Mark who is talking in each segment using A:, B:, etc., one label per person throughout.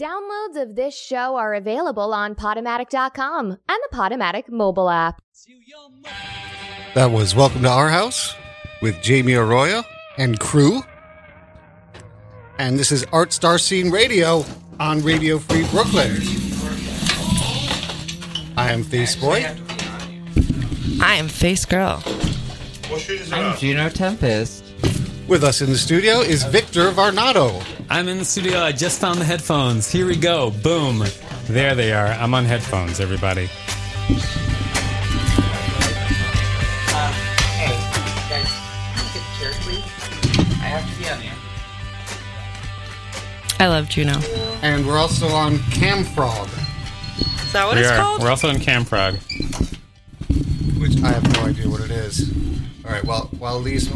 A: Downloads of this show are available on Podomatic.com and the Podomatic mobile app.
B: That was Welcome to Our House with Jamie Arroyo and crew. And this is Art Star Scene Radio on Radio Free Brooklyn. I am Face Boy.
C: I am Face Girl.
D: I'm Juno Tempest.
B: With us in the studio is Victor Varnado.
E: I'm in the studio. I just found the headphones. Here we go. Boom. There they are. I'm on headphones, everybody.
D: Hey, guys, can you get a chair, please? I have to be on there.
C: I love Juno.
B: And we're also on Camfrog,
C: Is that what
E: we
C: it's
E: are.
C: called?
E: We're also in Camprog.
B: which I have no idea what it is. All right, well, while Lee's.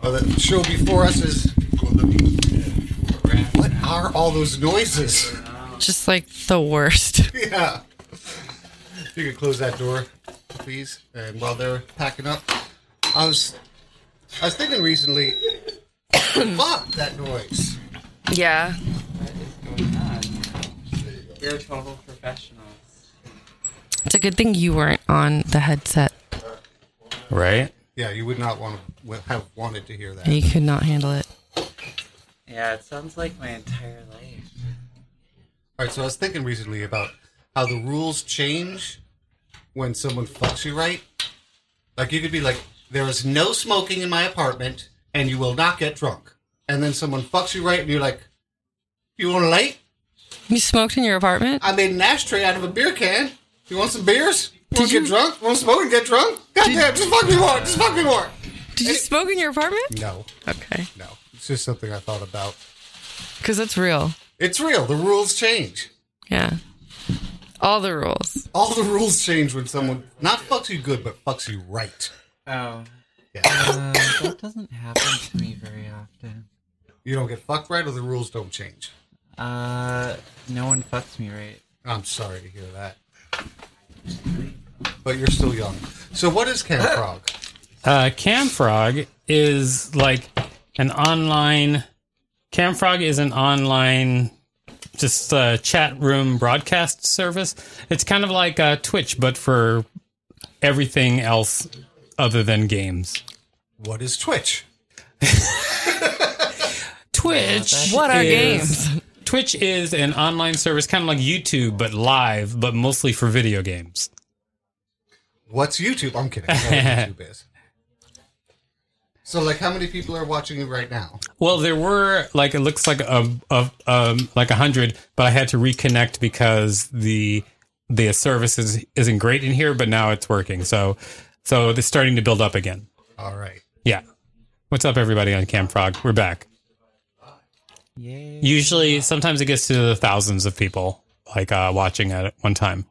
B: Well, the show before us is. What are all those noises?
C: Just like the worst.
B: Yeah. You could close that door, please. And while they're packing up, I was I was thinking recently, fuck that noise.
C: yeah.
D: What is going on? We're total professionals.
C: It's a good thing you weren't on the headset.
E: Right?
B: Yeah, you would not want to have wanted to hear that.
C: You could not handle it.
D: Yeah, it sounds like my entire life.
B: All right, so I was thinking recently about how the rules change when someone fucks you right. Like you could be like, "There is no smoking in my apartment, and you will not get drunk." And then someone fucks you right, and you're like, "You want to late?"
C: You smoked in your apartment?
B: I made an ashtray out of a beer can. You want some beers? You want
C: Did
B: to
C: you-
B: get drunk? Want to smoke and get drunk? Goddamn, just fuck me more. Just fuck me more.
C: Did you smoke in your apartment?
B: No,
C: Okay.
B: no. It's just something I thought about.
C: Because that's real.
B: It's real. The rules change.
C: Yeah. All the rules.
B: All the rules change when someone not fucks you good, but fucks you right.
D: Oh.
B: Yeah.
D: Uh, that doesn't happen to me very often.
B: You don't get fucked right, or the rules don't change.
D: Uh, no one fucks me right.
B: I'm sorry to hear that. But you're still young. So what is Camp Frog?
E: Uh, Camfrog is like an online. Camfrog is an online, just uh, chat room broadcast service. It's kind of like uh, Twitch, but for everything else other than games.
B: What is Twitch?
E: Twitch.
C: What are
E: is-
C: games?
E: Twitch is an online service, kind of like YouTube, but live, but mostly for video games.
B: What's YouTube? I'm kidding. I know what YouTube is. So, like, how many people are watching you right now?
E: Well, there were like it looks like a, a um, like a hundred, but I had to reconnect because the the service is, isn't great in here, but now it's working. So so it's starting to build up again.
B: All right.
E: Yeah. What's up, everybody on Camp Frog? We're back.
D: Yay.
E: Usually, sometimes it gets to the thousands of people like uh, watching at one time.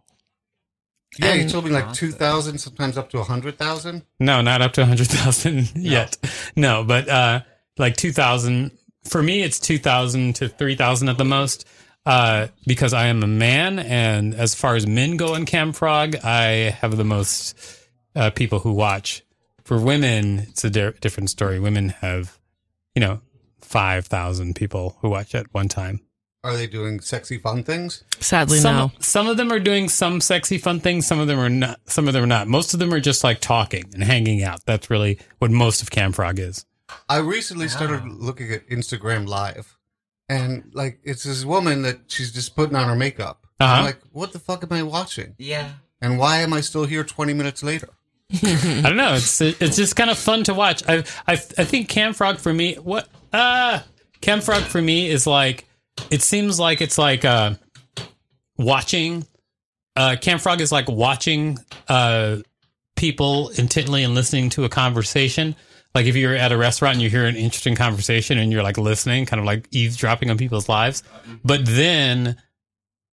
B: Yeah, you told me like 2,000, sometimes up to 100,000.
E: No, not up to 100,000 yet. No, but uh, like 2,000. For me, it's 2,000 to 3,000 at the most uh, because I am a man. And as far as men go in Camfrog, I have the most uh, people who watch. For women, it's a di- different story. Women have, you know, 5,000 people who watch at one time.
B: Are they doing sexy, fun things?
C: Sadly,
E: some,
C: no.
E: some of them are doing some sexy fun things. Some of them are not. Some of them are not. Most of them are just like talking and hanging out. That's really what most of Camfrog is.
B: I recently started looking at Instagram Live, and like, it's this woman that she's just putting on her makeup. I'm
E: Uh-huh.
B: like, what the fuck am I watching?
D: Yeah.
B: And why am I still here 20 minutes later?
E: I don't know. It's it's just kind of fun to watch. I I I think Camfrog for me. What uh Camfrog for me is like. It seems like it's like uh watching. Uh, Camfrog is like watching uh people intently and listening to a conversation. Like if you're at a restaurant and you hear an interesting conversation and you're like listening, kind of like eavesdropping on people's lives. But then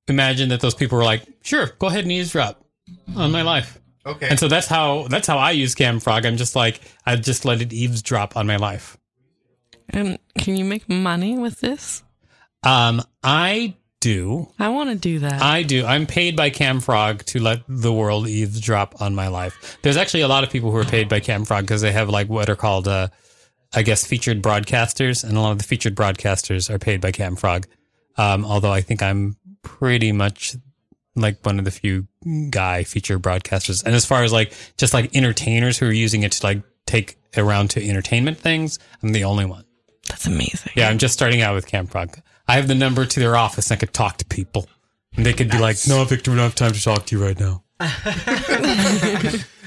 E: imagine that those people were like, sure, go ahead and eavesdrop on my life.
B: Okay.
E: And so that's how that's how I use Camfrog. I'm just like I just let it eavesdrop on my life.
C: And can you make money with this?
E: Um, I do,
C: I want to do that.
E: I do. I'm paid by Camfrog to let the world eavesdrop on my life. There's actually a lot of people who are paid by Camfrog because they have like what are called, uh, I guess, featured broadcasters, and a lot of the featured broadcasters are paid by Camfrog. Um, although I think I'm pretty much like one of the few guy feature broadcasters. And as far as like just like entertainers who are using it to like take around to entertainment things, I'm the only one.
C: That's amazing.
E: Yeah, I'm just starting out with Camprog. I have the number to their office and I could talk to people. And they could be like, no, Victor, we don't have time to talk to you right now.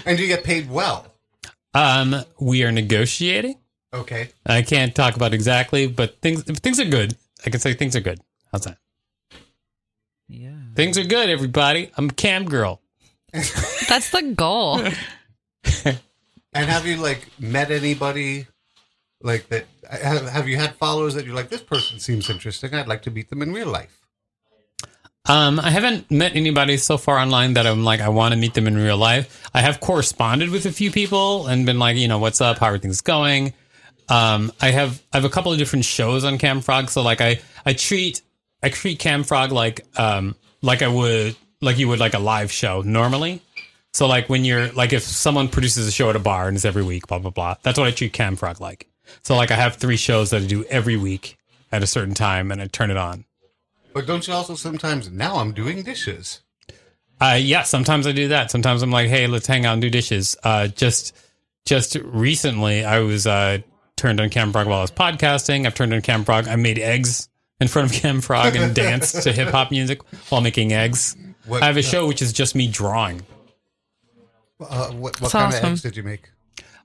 B: And you get paid well.
E: Um, we are negotiating.
B: Okay.
E: I can't talk about exactly, but things things are good. I can say things are good. How's that?
D: Yeah.
E: Things are good, everybody. I'm a cam girl.
C: That's the goal.
B: And have you like met anybody like that? Have, have you had followers that you're like, this person seems interesting. I'd like to meet them in real life.
E: Um, I haven't met anybody so far online that I'm like, I want to meet them in real life. I have corresponded with a few people and been like, you know, what's up? How are things going? Um, I have I have a couple of different shows on Camfrog, so like I I treat I treat Camfrog like um like I would like you would like a live show normally. So like when you're like if someone produces a show at a bar and it's every week, blah blah blah. That's what I treat Camfrog like. So like I have three shows that I do every week at a certain time, and I turn it on.
B: But don't you also sometimes, now I'm doing dishes.
E: Uh, yeah, sometimes I do that. Sometimes I'm like, hey, let's hang out and do dishes. Uh, just just recently, I was uh, turned on Camfrog while I was podcasting. I've turned on Camfrog. I made eggs in front of Camfrog and danced to hip hop music while making eggs.
B: What-
E: I have a show which is just me drawing.
B: Uh, what what
C: That's
B: kind
C: awesome.
B: of eggs did you make?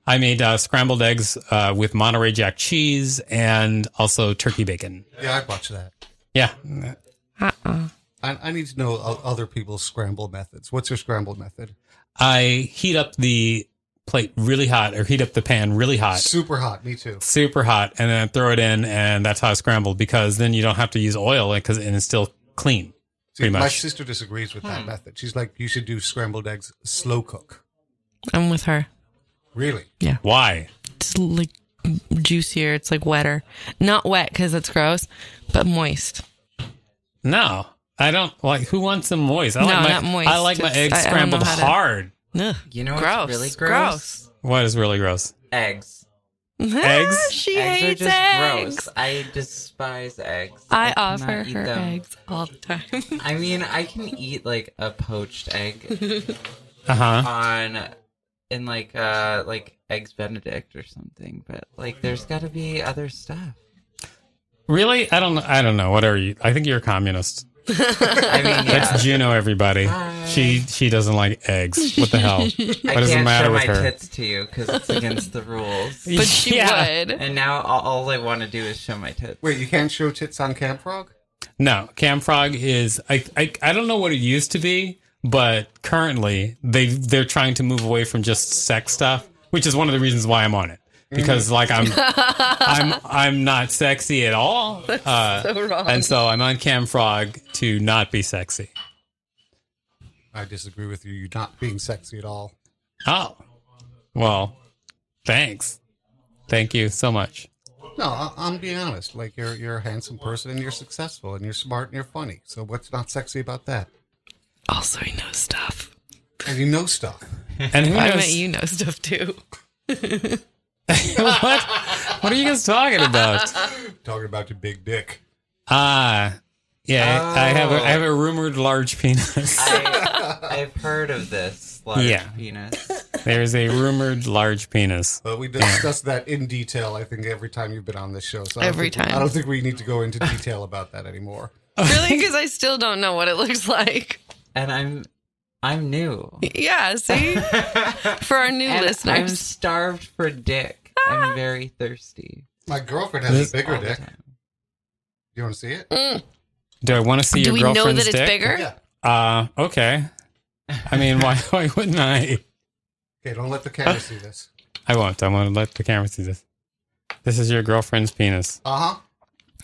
E: I made uh, scrambled eggs uh, with Monterey Jack cheese and also turkey bacon.
B: Yeah, I'd watch that.
E: Yeah,
C: Uh-uh.
B: I, I need to know o- other people's scramble methods. What's your scramble method?
E: I heat up the plate really hot or heat up the pan really hot.
B: Super hot. Me too.
E: super hot and then throw it in and that's how it's scrambled because then you don't have to use oil like, 'cause- and it's still clean
B: See,
E: Pretty
B: my
E: much.
B: sister disagrees with that method. She's like, you should do scrambled eggs slow cook.
C: I'm with her.
B: Really?
E: why
C: It's like juicier. It's like wetter. Not wet because it's gross, but moist.
E: no i don't like who wants them moist i
C: No,
E: like my
C: not moist.
E: i like my
C: It's-
E: eggs
C: I- I don't
E: scrambled
C: know how to-
E: hard
C: Ugh.
D: You know what's
C: gross.
D: really gross?
E: what is really gross
D: Eggs.
E: Eggs?
C: she
D: eggs
C: hates
D: are just
C: eggs.
D: gross. I despise eggs.
C: I,
D: cannot
C: offer
D: eat
C: her
D: them.
C: eggs all the time.
D: I mean, I can eat like a poached egg
E: uh-huh
D: on in like uh like eggs benedict or something, but like there's got to be other stuff.
E: really i don't i don't know what are you i think you're a communist
D: I mean, yeah.
E: that's juno everybody
D: Hi.
E: she she doesn't like eggs what the hell what
D: I
E: does it
D: can't
E: matter
D: show
E: with
D: my
E: her
D: tits to you because it's against the rules.
C: but she
E: Yeah.
C: would.
D: And now all, all I want to do is show my tits.
B: Wait, you can't show tits on Camp Frog?
E: No, Camfrog is I, I I don't know what it used to be, but currently they they're trying to move away from just sex stuff, which is one of the reasons why I'm on it. Because
C: Mm-hmm.
E: like I'm I'm I'm not sexy at all. uh,
C: So wrong.
E: and so I'm on Camfrog to not be sexy.
B: I disagree with you. You're not being sexy at all.
E: Oh. Well, thanks. Thank you so much.
B: No, I, I'm being honest. Like you're you're a handsome person and you're successful and you're smart and you're funny. So what's not sexy about that?
C: also, I know stuff.
B: And you know stuff.
E: And who
C: I
E: knows
C: bet you know stuff too.
E: what? What are you guys talking about?
B: Talking about your big dick.
E: Ah, yeah, I have a, I have
C: Oh.
E: a rumored large penis.
D: I, I've heard of this large
E: Yeah.
D: penis.
E: There's a rumored large penis.
B: But we discussed that in detail. I think every time you've been on this show. So I don't
C: Every
B: think-
C: time.
B: I don't think we need to go into detail about that anymore.
C: Really? Because I still don't know what it looks like.
D: And I'm I'm new.
C: Yeah, see? For our new
D: And I'm
C: listeners. Ah.
D: starved for dick. I'm very thirsty.
B: My girlfriend has a bigger
D: all the
B: dick.
D: time.
B: You want to see it?
E: Do I want to see
C: Do
E: your
C: we know
E: girlfriend's
C: that it's
E: dick?
C: bigger?
B: Yeah.
E: Uh, okay. I mean, why, why wouldn't I?
B: Okay, don't let the camera see this.
E: I won't. I want to let the camera see this. This is your girlfriend's penis.
B: Uh huh.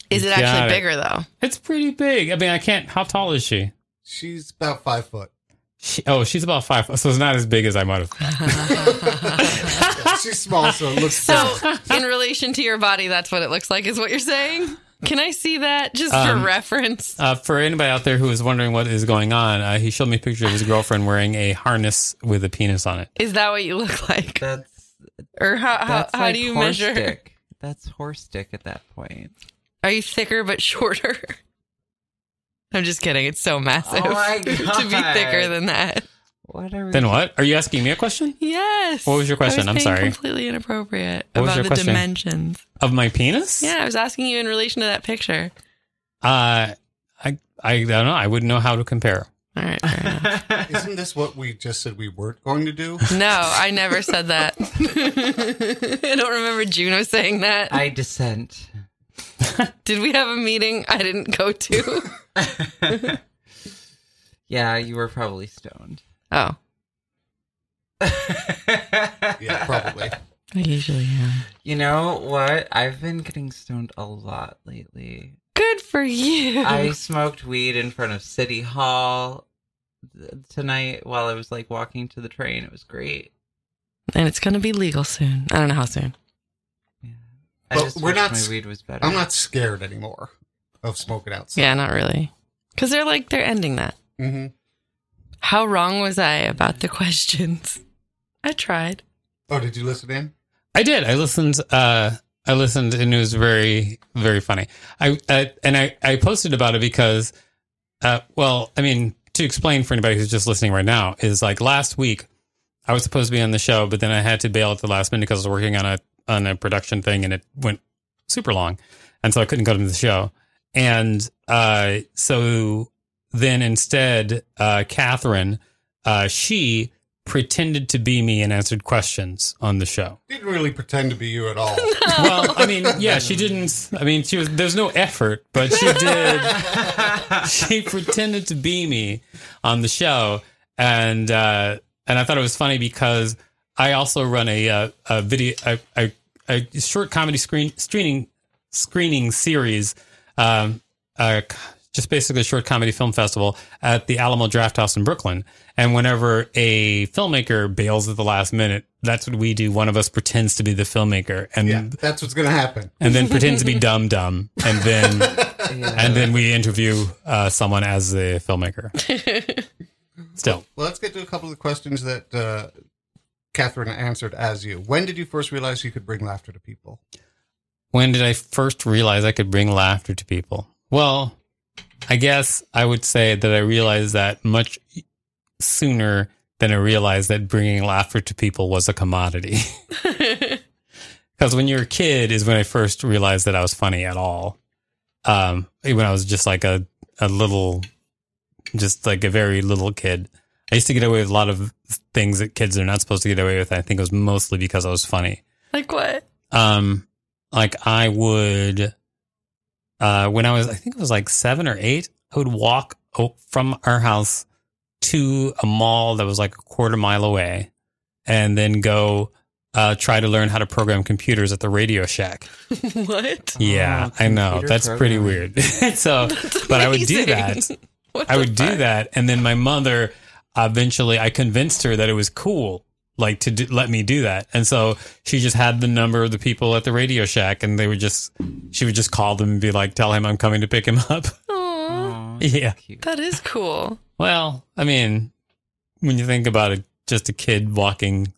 C: Is it
E: Got
C: actually
E: it.
C: bigger though?
E: It's pretty big. I mean, I can't. How tall is she?
B: She's about five foot.
E: she oh, she's about five. So it's not as big as I might have. thought.
B: She's small, so it looks.
C: So, in relation to your body, that's what it looks like, is what you're saying? Can I see that just
E: Um,
C: for reference?
E: Uh, for anybody out there who is wondering what is going on, uh, he showed me a picture of his girlfriend wearing a harness with a penis on it.
C: Is that what you look like?
D: That's
C: Or how, how,
D: that's
C: how
D: like
C: do you
D: horse
C: measure?
D: Dick. That's horse dick at that point.
C: Are you thicker but shorter? I'm just kidding. It's so massive
D: Oh my
C: to be
D: God.
C: thicker than that.
D: What are we?
E: Then what? Are you asking me a question
C: Yes.
E: What was your
C: I
E: question? I'm
C: being
E: sorry.
C: Completely inappropriate
E: What was
C: about
E: your
C: the
E: question?
C: dimensions.
E: of my penis?
C: Yeah, I was asking you in relation to that picture.
E: Uh, I I don't know. I wouldn't know how to compare.
C: All right. fair enough.
B: Isn't this what we just said we weren't going to do?
C: no, I never said that. I don't remember Juno saying that.
D: I dissent.
C: Did we have a meeting I didn't go to?
D: Yeah, you were probably stoned.
C: oh,
B: Yeah, probably.
C: I usually am.
D: You know what? I've been getting stoned a lot lately.
C: Good for you.
D: I smoked weed in front of City Hall th- tonight while I was like walking to the train. It was great.
C: and it's going to be legal soon. I don't know how soon.
D: I
B: But
D: just
B: we're
D: wish
B: not s-
D: my weed was better.
B: I'm not scared anymore of smoking outside.
C: Yeah, not really. Because they're like, they're ending that.
B: hmm
C: How wrong was I about the questions? I tried.
B: Oh, did you listen in?
E: I did. I listened. Uh, I listened, and it was very, very funny. I uh, and I, I posted about it because, uh, well, I mean, to explain for anybody who's just listening right now is like last week, I was supposed to be on the show, but then I had to bail at the last minute because I was working on a on a production thing, and it went super long, and so I couldn't go to the show, and uh, so then instead, uh, Catherine, uh, she pretended to be me and answered questions on the show
B: Didn't really pretend to be you at all.
E: well, I mean, yeah, she didn't. I mean, she was. There's no effort, but she did. she pretended to be me on the show, and uh, and I thought it was funny because I also run a uh, a video a, a, a short comedy screen screening screening series, um, uh, just basically a short comedy film festival at the Alamo Draft House in Brooklyn. And whenever a filmmaker bails at the last minute, that's what we do. One of us pretends to be the filmmaker, and
B: Yeah, that's what's gonna happen.
E: and then pretends to be dumb dumb, and then
D: Yeah.
E: and then we interview uh, someone as the filmmaker. Still,
B: Well, let's get to a couple of the questions that uh, Catherine answered as you. When did you first realize you could bring laughter to people?
E: when did I first realize I could bring laughter to people? Well, I guess I would say that I realized that much sooner than I realized that bringing laughter to people was a commodity. Because when you're a kid is when I first realized that I was funny at all. Um, when I was just like a, a little, just like a very little kid. I used to get away with a lot of things that kids are not supposed to get away with. I think it was mostly because I was funny
C: Like what?
E: um like i would uh when i was i think it was like seven or eight i would walk o- from our house to a mall that was like a quarter mile away and then go uh try to learn how to program computers at the radio shack
C: what?
B: Oh,
E: yeah i know
D: Ah, computer
E: that's pretty
D: programming.
E: weird so Uh, but i would do that
C: Amazing. What
E: I
C: the
E: would do
C: fuck?
E: that, and then my mother eventually I convinced her that it was cool, like to do, let me do that, and so she just had the number of the people at the Radio Shack, and they would just she would just call them and be like, "Tell him I'm coming to pick him up."
C: Aw,
D: Aw,
E: yeah.
D: cute.
C: that is cool.
E: Well, I mean, when you think about it, just a kid walking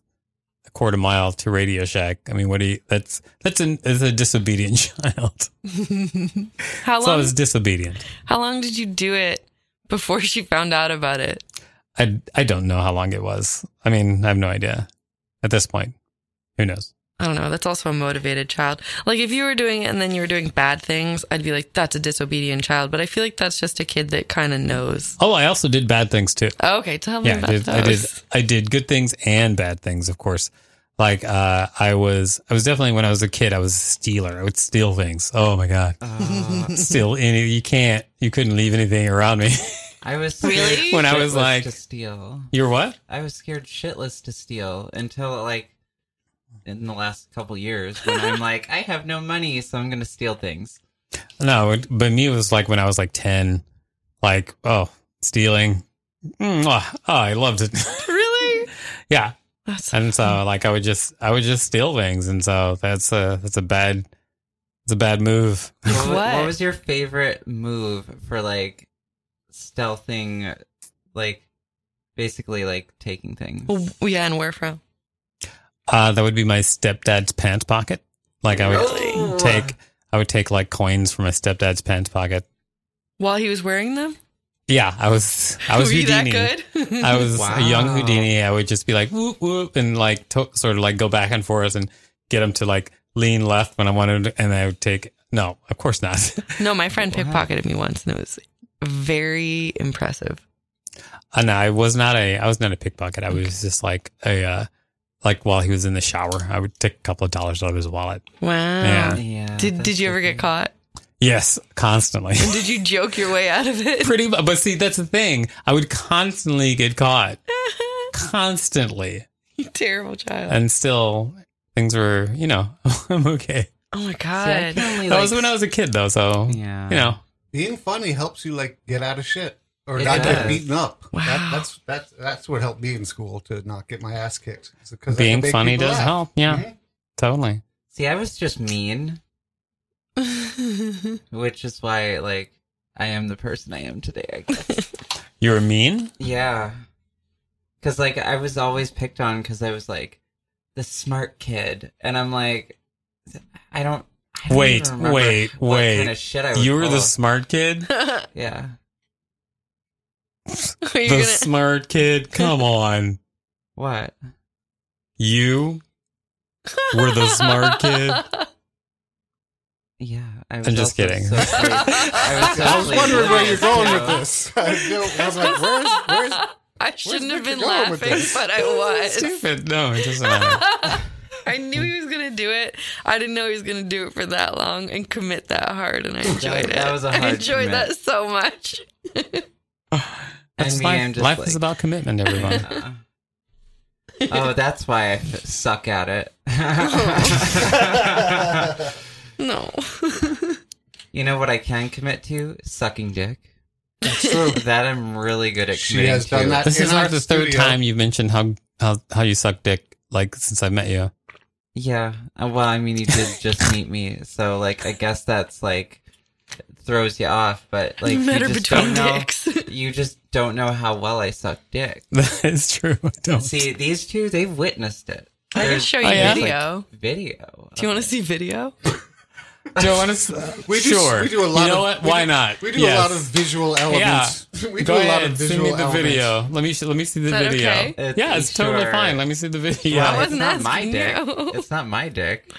E: a quarter mile to Radio Shack. I mean, what do you? That's that's an that's a disobedient child.
C: How
E: So I
C: long?
E: was disobedient.
C: how long did you do it before she found out about it?
E: I, I don't know how long it was. I mean, I have no idea at this point. Who knows?
C: I don't know. That's also a motivated child. Like if you were doing it and then you were doing bad things, I'd be like, that's a disobedient child. But I feel like that's just a kid that kind of knows.
E: Oh, I also did bad things too.
C: Okay, tell me
E: Yeah,
C: Oh, about
E: I did,
C: those.
E: I did. I did good things and bad things, of course. Like uh, I was, I was definitely when I was a kid, I was a stealer. I would steal things. Oh my god,
D: Uh,
E: steal any? You can't. You couldn't leave anything around me.
D: I was
C: Really?
D: scared
E: When I was
D: shitless
E: like-
D: to steal.
E: You're what?
D: I was scared shitless to steal until like in the last couple years when I'm like, I have no money, so I'm gonna steal things.
E: No, it, but me it was like when I was like ten. Like oh, stealing. Mm, ah, oh, I loved it.
C: Really?
E: yeah,
C: That's
E: and so like I would just I would just steal things, and so that's a that's a bad it's a bad move.
D: What, wa-
C: What?
D: what was your favorite move for like stealthing, like basically like taking things?
C: Well, yeah, and where from?
E: Uh, that would be my stepdad's pants pocket. Like I would
D: Really?
E: take I would take like coins from my stepdad's pants pocket.
C: While he was wearing them?
E: Yeah, I was I was
C: Were you that
E: Houdini.
C: good?
E: I was a young
D: Wow.
E: Houdini. I would just be like whoop whoop and like to- sort of like go back and forth and get him to like lean left when I wanted, and I would take no, of course not.
C: no, my friend pickpocketed me once, and it was very impressive.
E: Uh, no, I was not a I was not a pickpocket. I was just like a uh, like while he was in the shower, I would take a couple of dollars out of his wallet.
C: Wow.
E: Yeah.
D: Yeah.
C: Did Did
D: that's
C: you ever
D: tricky.
C: get caught?
E: Yes, constantly.
C: And did you joke your way out of it?
E: Pretty, mu- but see, that's the thing. I would constantly get caught, constantly,
C: You Terrible child.
E: and still things were, you know, I'm okay.
C: Oh my
D: See, I
C: god.
D: can only,
E: That was
D: like,
E: when I was a kid, though. So
D: Yeah.
E: you know,
B: Being funny helps you like get out of shit or
D: It
B: not
D: does.
B: get beaten up.
C: Wow.
B: That, that's that's that's what helped me in school to not get my ass kicked. It's 'cause I could
E: being
B: make
E: funny
B: people
E: does
B: laugh.
E: help. Yeah,
B: Mhm.
E: totally.
D: See, I was just mean, which is why like I am the person I am today. I guess.
E: You were mean.
D: yeah. Cuz like I was always picked on cuz I was like the smart kid and I'm like I don't I don't
E: Wait,
D: even remember
E: wait,
D: what
E: wait.
D: Kind of shit I was
E: You were
D: full
E: the
D: of.
E: smart kid.
D: Yeah.
C: Are
E: the
C: you gonna?
E: smart kid. Come on,
D: What?
E: you were the smart kid.
D: Yeah, I was
E: I'm just
D: also
E: kidding.
D: socially- I was,
B: I was
D: socially
B: wondering where you're
D: biased,
B: going
D: you
B: with
D: know?
B: this. I, know, I was like, where's where's
C: I shouldn't have
B: Victor
C: been
B: going with
C: laughing,
B: this?
C: but I was.
E: Stupid. No, it doesn't matter.
C: I knew he was gonna do it. I didn't know he was gonna do it for that long and commit that hard, and I enjoyed it.
D: that was a
C: I
D: hard
C: enjoyed
D: commit.
C: that so much.
D: I mean,
E: life.
D: I'm just
E: life
D: like,
E: is about commitment, everyone.
D: uh, oh, that's why I f- suck at it.
C: No,
D: you know what I can commit to? Sucking dick.
B: It's true.
D: That I'm really good at.
B: She
D: committing
B: has done
D: to.
B: that.
E: this
B: in
E: is
B: our
E: like the third
B: studio.
E: time you've mentioned how how how you suck dick like since I met you.
D: Yeah. Uh, Well, I mean, you did just meet me, so like, I guess that's like throws you off. But like, you
C: matter
D: just
C: between
D: don't know.
C: dicks.
D: You just don't know how well I suck dick.
E: That is true. I don't.
D: See, these two, they've witnessed it.
C: I can show you
E: Oh, yeah?
C: video.
D: Video.
C: Do you want to see video?
E: do you want to?
B: We do,
E: uh, sure.
B: we do a lot
E: You know
B: of,
E: what?
B: we
E: Why
B: do-
E: not?
B: We do
E: Yes.
B: a lot of visual elements. We do
E: Go
B: a
E: ahead.
B: lot of
E: Send
B: visual
E: me the
B: elements.
E: video. Let me sh- let me see the
C: that
E: video.
C: okay?
D: It's-
E: yeah, it's totally
D: sure.
E: fine. Let me see the video.
D: Well,
C: I
D: it's
C: wasn't
D: not my
C: asking
D: dick.
C: you.
D: It's not my dick.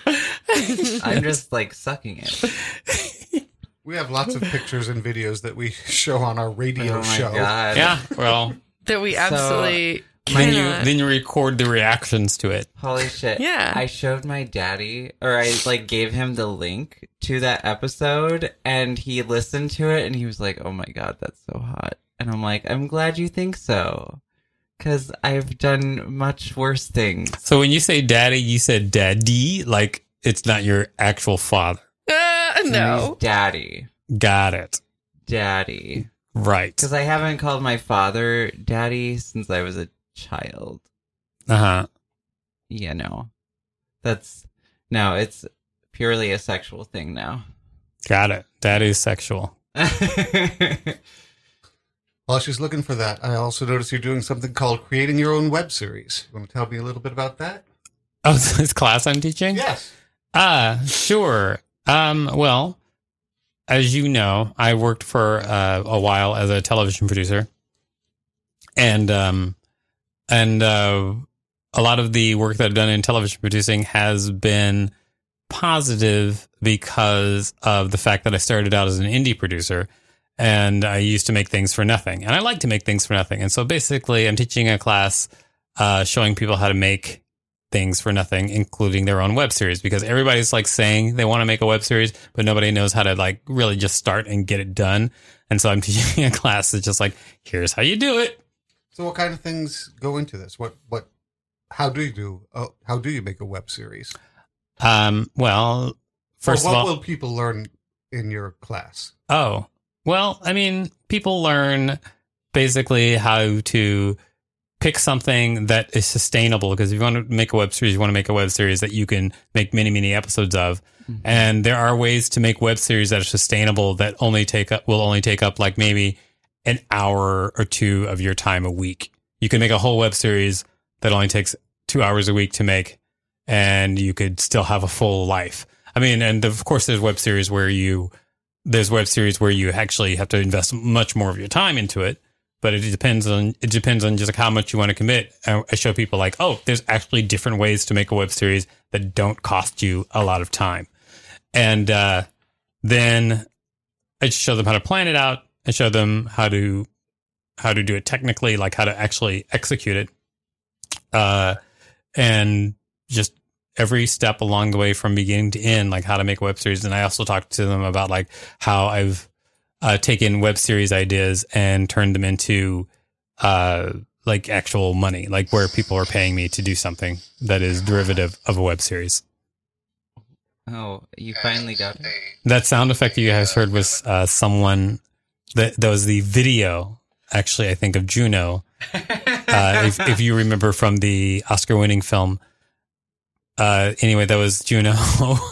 D: I'm just like sucking it.
B: We have lots of pictures and videos that we show on our radio
D: oh my
B: show.
D: god.
E: yeah. Well,
C: That we
D: So,
C: absolutely
E: then you
C: cannot.
E: then you record the reactions to it.
D: Holy shit.
C: Yeah.
D: I showed my daddy or I like gave him the link to that episode and he listened to it and he was like, "Oh my god, that's so hot." And I'm like, "I'm glad you think so." Cuz I've done much worse things.
E: So when you say daddy, you said daddy, like it's not your actual father.
C: Uh,
D: And
C: no.
D: he's Daddy.
E: Got it.
D: Daddy.
E: Right.
D: Cuz I haven't called my father daddy since I was a child.
E: Uh huh.
D: Yeah, no. That's no, it's purely a sexual thing now.
E: Got it. That is sexual.
B: While she's looking for that, I also noticed you're doing something called creating your own web series. You want to tell me a little bit about that?
E: Oh, so this class I'm teaching?
B: Yes.
E: Uh, sure. Um, well, as you know, I worked for uh, a while as a television producer, and um, and uh, a lot of the work that I've done in television producing has been positive because of the fact that I started out as an indie producer. And I used to make things for nothing, and I like to make things for nothing. And so basically, I'm teaching a class uh, showing people how to make things for nothing, including their own web series, because everybody's like saying they want to make a web series, but nobody knows how to like really just start and get it done. And so I'm teaching a class that's just like, here's how you do it.
B: So, what kind of things go into this? What what? How do you do? Uh, how do you make a web series?
E: Um, well, first
B: or
E: of
B: what
E: all,
B: will people learn in your class?
E: Oh, well, I mean, people learn basically how to pick something that is sustainable because if you want to make a web series, you want to make a web series that you can make many, many episodes of. Mm-hmm. And there are ways to make web series that are sustainable that only take up, will only take up like maybe an hour or two of your time a week. You can make a whole web series that only takes two hours a week to make and you could still have a full life. I mean, and of course, there's web series where you there's web series where you actually have to invest much more of your time into it. But it depends on it depends on just how much you want to commit. I, I show people like, oh, there's actually different ways to make a web series that don't cost you a lot of time, and uh, then I just show them how to plan it out. I show them how to how to do it technically, like how to actually execute it, uh, and just every step along the way from beginning to end, like how to make a web series. And I also talked to them about like how I've uh, taken web series ideas and turned them into uh, like actual money, like where people are paying me to do something that is derivative of a web series.
D: Oh, you finally got it.
E: That sound effect you guys heard was uh, someone that, that was the video, actually, I think, of Juno. Uh, if, if you remember from the Oscar winning film. Uh, anyway, that was Juno.
B: From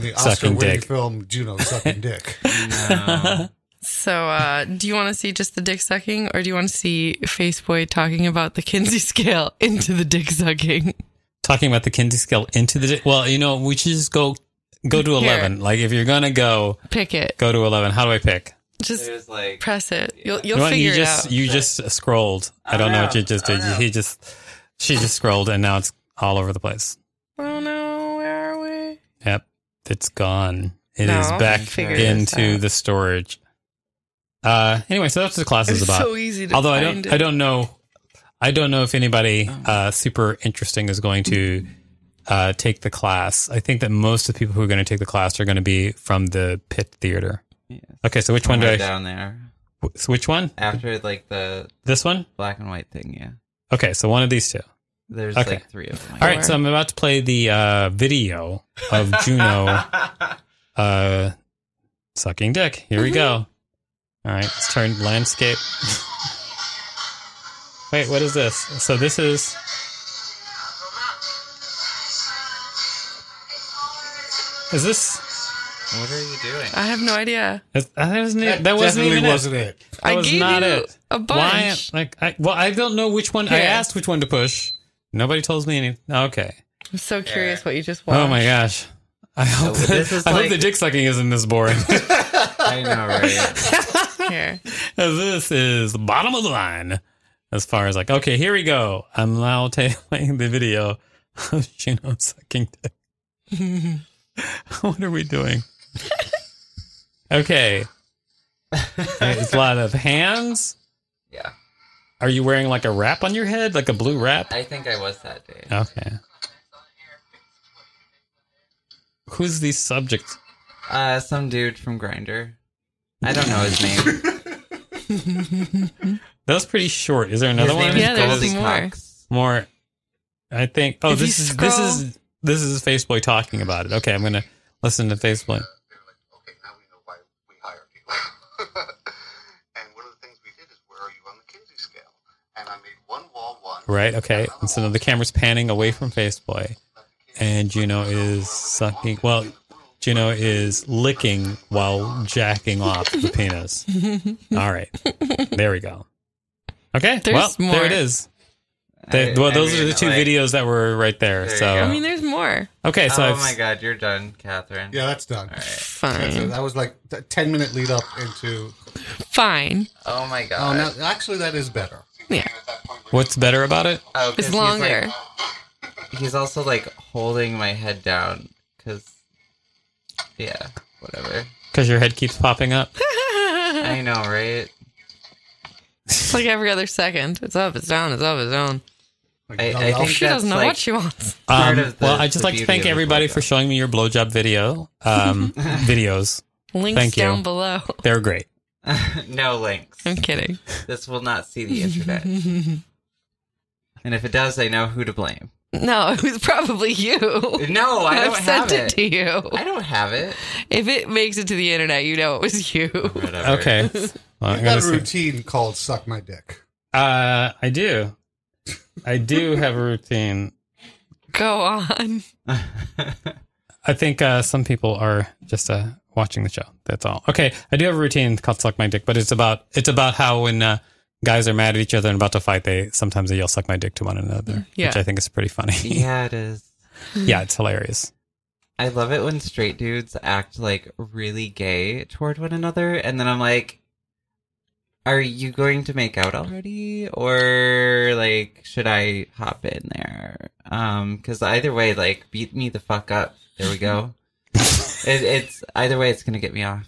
B: the
E: Sucking
B: Oscar winning
E: dick.
B: film Juno Sucking Dick.
D: No.
C: So, uh, do you want to see just the dick sucking, or do you want to see Faceboy talking about the Kinsey scale into the dick sucking?
E: talking about the Kinsey scale into the well, you know, we should just go go to
C: Here.
E: eleven. Like if you're gonna go,
C: Pick it.
E: go to eleven. How do I pick?
C: Just
D: There's like
C: press it. You'll
E: You
C: you'll
E: know what?
C: figure
E: you just
C: it out.
E: you just scrolled. I don't know what you just did. He just she just scrolled and now it's all over the place.
C: oh no, where are we?
E: Yep, it's gone. It is
C: No, I'll
E: back
C: figure this
E: into
C: out.
E: the storage. Uh, anyway, so that's what the class
C: It's
E: is about.
C: so easy to
E: Although I
C: find
E: don't,
C: it.
E: I don't know, I don't know if anybody uh, super interesting is going to uh, take the class. I think that most of the people who are going to take the class are going to be from the Pit Theater.
D: yes. Oh
E: Okay, so which one do
D: Somewhere
E: I?
D: down there
E: wh- so which one?
D: after like the
E: This one?
D: black and white thing. Yeah,
E: Okay, so one of these two.
D: there's
E: Okay.
D: like three of them.
E: All right, so I'm about to play the uh, video of Juno uh, sucking dick. Here we go. All right, let's turn landscape. Wait, what is this? So this is. Is this?
D: What are you doing?
C: I have no idea.
E: That, that wasn't, e, that wasn't
B: definitely
E: even
B: wasn't
E: it.
B: it.
E: That
C: I
E: was
C: gave
E: not
C: you
E: it.
C: a
E: Why?
C: bunch.
E: Like, I, well, I don't know which one. I
C: Here.
E: asked which one to push. Nobody tells me any. Okay.
C: I'm so curious what you just watched.
E: Oh my gosh. I hope,
D: So this is
E: I hope
D: like-
E: the dick sucking isn't this boring.
D: I know, right?
C: Here.
E: this is the bottom of the line as far as like okay here we go i'm now ta- playing the video of Juno sucking dick what are we doing okay it's a lot of hands
D: yeah,
E: are you wearing like a wrap on your head like a blue wrap
D: I think I was that day.
E: okay who's the subject
D: Uh, some dude from Grinder. I don't know his name.
E: that was pretty short is there another
D: his
E: one
D: name is
C: Yeah, there's
D: Goldie
C: more.
D: Cox.
E: more i think oh
C: If you
E: this is this
C: scroll-
E: is this is facebook talking about it okay i'm gonna listen to facebook
F: okay, now we know why we hire people. and one of the things we did is where are you on the Kinsey scale? And I made one wall one.
E: right okay and so now the camera's panning away from facebook and juno is sucking well juno is licking while jacking off the penis all right there we go okay
C: There's
E: well
C: more.
E: there it is They-
D: I- I
E: well those are
D: mean,
E: the two
D: like-
E: videos that were right there,
D: There you
E: so
D: go.
C: I mean, there's more.
E: okay so
D: oh
E: I've-
D: my god, you're done, Catherine.
B: Yeah, that's done. That's it.
C: Fine.
B: That was like a 10 minute lead up into.
C: Fine.
D: Oh my
B: Oh,
D: god.
B: no, actually, that is better.
C: Yeah.
E: what's better about it
D: Oh, 'cause
C: It's longer.
D: He's, like, he's also like holding my head down because, yeah, whatever.
E: because your head keeps popping up
D: I know, right?
C: It's like every other second. It's up, it's down, it's up, it's down.
B: Like,
D: I-
B: no,
D: I
B: no.
D: think-
C: She doesn't know
D: That's like-
C: what she wants.
E: Um,
D: part of the-
E: well, I'd just
D: the
E: like to
D: beauty
E: thank
D: of the
E: everybody for
D: blowjob.
E: showing me your blowjob video um, videos.
C: Links
E: Thank you.
C: down below.
E: They're great.
D: no links.
C: I'm kidding.
D: This will not see the internet. and if it does, I know who to blame.
C: No, it was probably you.
D: No, I
C: have
D: don't
C: sent it.
D: have it.
C: to you.
D: I don't have it.
C: If it makes it to the internet, you know it was you.
D: Whatever.
E: Okay. Well, I'm
B: I've
E: gonna
B: got a
E: see.
B: routine called Suck My Dick.
E: Uh, I do. I do have a routine.
C: Go on.
E: I think uh, some people are just uh, watching the show. That's all. Okay, I do have a routine called "Suck My Dick," but it's about it's about how when uh, guys are mad at each other and about to fight, they sometimes they yell
D: Mm,
E: "suck my dick" to one another,
C: Yeah.
E: which I think is pretty funny.
D: Yeah, it is.
E: yeah, it's hilarious.
D: I love it when straight dudes act like really gay toward one another, and then I'm like, "Are you going to make out already, or like should I hop in there?" Um, because either way, like beat me the fuck up. There we go. it, it's either way, it's gonna get me off.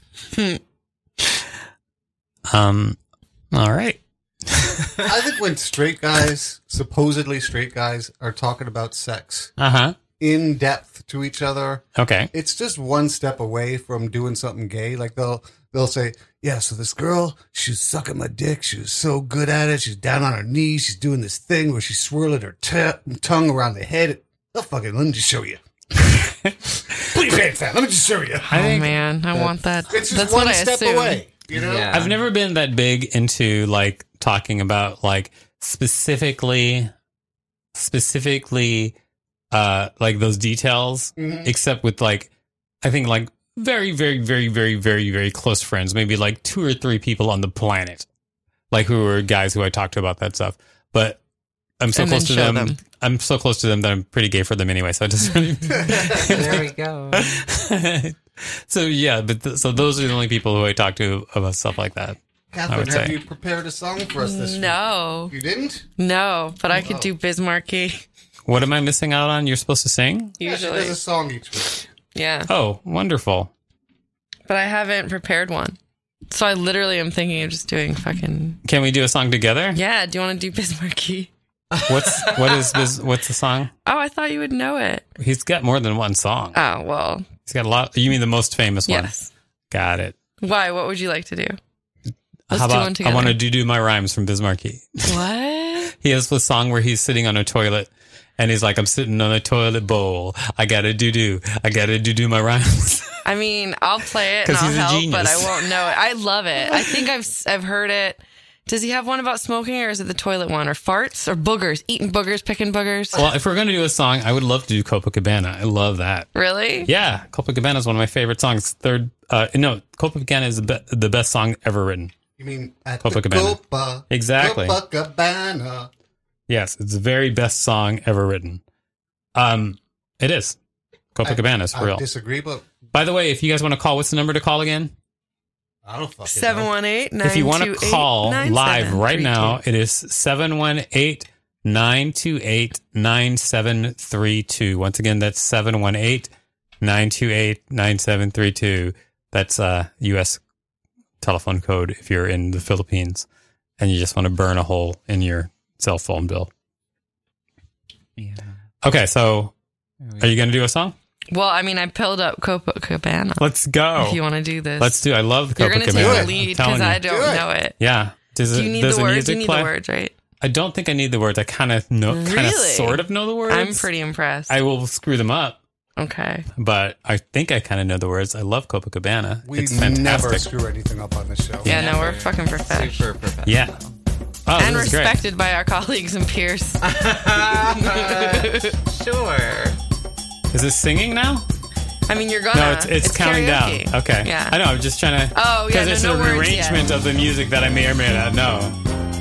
E: Um, all right.
B: I think when straight guys, supposedly straight guys, are talking about sex
E: Uh huh.
B: in depth to each other,
E: Okay.
B: it's just one step away from doing something gay. Like they'll they'll say, "Yeah, so this girl, she's sucking my dick. She was so good at it. She's down on her knees. She's doing this thing where she's swirling her t- tongue around the head." They'll fucking let me just show you.
D: Oh,
B: Put your pants down. Let me just show you.
E: I
C: oh
E: think
C: man, I want that.
B: It's just
C: That's
B: one
C: what I
B: step
C: assume.
B: away. You know.
D: Yeah.
E: I've never been that big into like talking about like specifically, specifically, uh, like those details,
C: Mm-hmm.
B: Mhm.
E: except with like, I think like very, very, very, very, very, very close friends, maybe like two or three people on the planet, like who were guys who I talked to about that stuff. But I'm so
C: And then
E: close to
C: show
E: them,
C: them.
E: I'm so close to them that I'm pretty gay for them anyway. So it doesn't
D: There
E: really.
D: we go.
E: so yeah, but th- so those are the only people who I talk to about stuff like that. I
B: Catherine,
E: would
B: have
E: say.
B: you prepared a song for us this week?
C: No,
B: You didn't?
C: no, but I could
E: Oh.
C: do Bismarcky
E: What am I missing out on? You're supposed to sing?
B: Yeah, she
C: usually.
B: does a song each week.
C: Yeah,
E: Oh, wonderful.
C: but I haven't prepared one, so I literally am thinking of just doing fucking.
E: Can we do a song together?
C: Yeah, do you want to do Bismarcky?
E: What's what is this, what's the song?
C: Oh, I thought you would know it.
E: He's got more than one song.
C: Oh well,
E: He's got a lot. You mean the most famous one?
C: yes.
E: Got it.
C: Why? What would you like to do? Let's
E: How
C: do
E: about
C: one together.
E: I want to do do my rhymes from Bismarcky.
C: What?
E: He has the song where he's sitting on a toilet and he's like, "I'm sitting on a toilet bowl. I gotta do do. I gotta do do my rhymes."
C: I mean, I'll play it and
E: 'Cause
C: I'll
E: he's a
C: help, but I
E: genius.
C: won't know it. I love it. I think I've s- I've heard it. Does he have one about smoking, or is it the toilet one, or farts, or boogers, eating boogers, picking boogers?
E: well, if we're gonna do a song, I would love to do Copacabana. I love that.
C: Really?
E: Yeah, Copacabana is one of my favorite songs. Third, uh, no, Copacabana is the, be- the best song ever written.
B: You mean at
E: Copacabana.
B: the Copa,
E: Exactly.
B: Copacabana.
E: Yes, it's the very best song ever written. Um, it is. Copacabana is
B: I
E: real.
B: disagree, but
E: By the way, if you guys want to call, what's the number to call again?
B: I don't fucking
C: Seven
B: know.
C: one eight nine.
E: If you want to call live right now, it is 718 928 9732. Once again, that's 718 928 9732. That's uh, US telephone code if you're in the Philippines and you just want to burn a hole in your cell phone bill.
D: Yeah.
E: Okay, so are you going to do a song?
C: Well, I mean, I pilled up Copacabana.
E: Let's go.
C: If you want to do this,
E: Oh. Let's do. I love
C: You're gonna take
E: Copacabana.
C: the
E: I'm
C: lead
E: telling
C: because I
E: you.
C: don't
B: Do it.
C: know it.
E: Yeah. Does,
C: Do
E: it-
C: you need
E: does
C: the
E: the
C: words?
E: music
C: You need
E: play?
C: the words, right?
E: I don't think I need the words. I kind of know, kind of
C: Really?
E: sort of know the words.
C: I'm pretty impressed.
E: I will screw them up,
C: okay.
E: but I think I kind of know the words. I love Copacabana.
B: We
E: it's fantastic.
B: never screw anything up on this show.
C: Yeah, no, we're fucking perfect.
D: Super professional.
E: Yeah. Oh,
C: And
E: this is great.
C: respected by our colleagues and peers.
D: sure.
E: Is this singing now?
C: I mean, you're gonna.
E: No, it's, it's, counting
C: Uh-huh. karaoke.
E: down. Okay.
C: Yeah.
E: I know. I'm just trying to.
C: Oh, yeah,
E: Because it's
C: no-
E: a
C: no words yet.
E: rearrangement of the music that I may or may not know.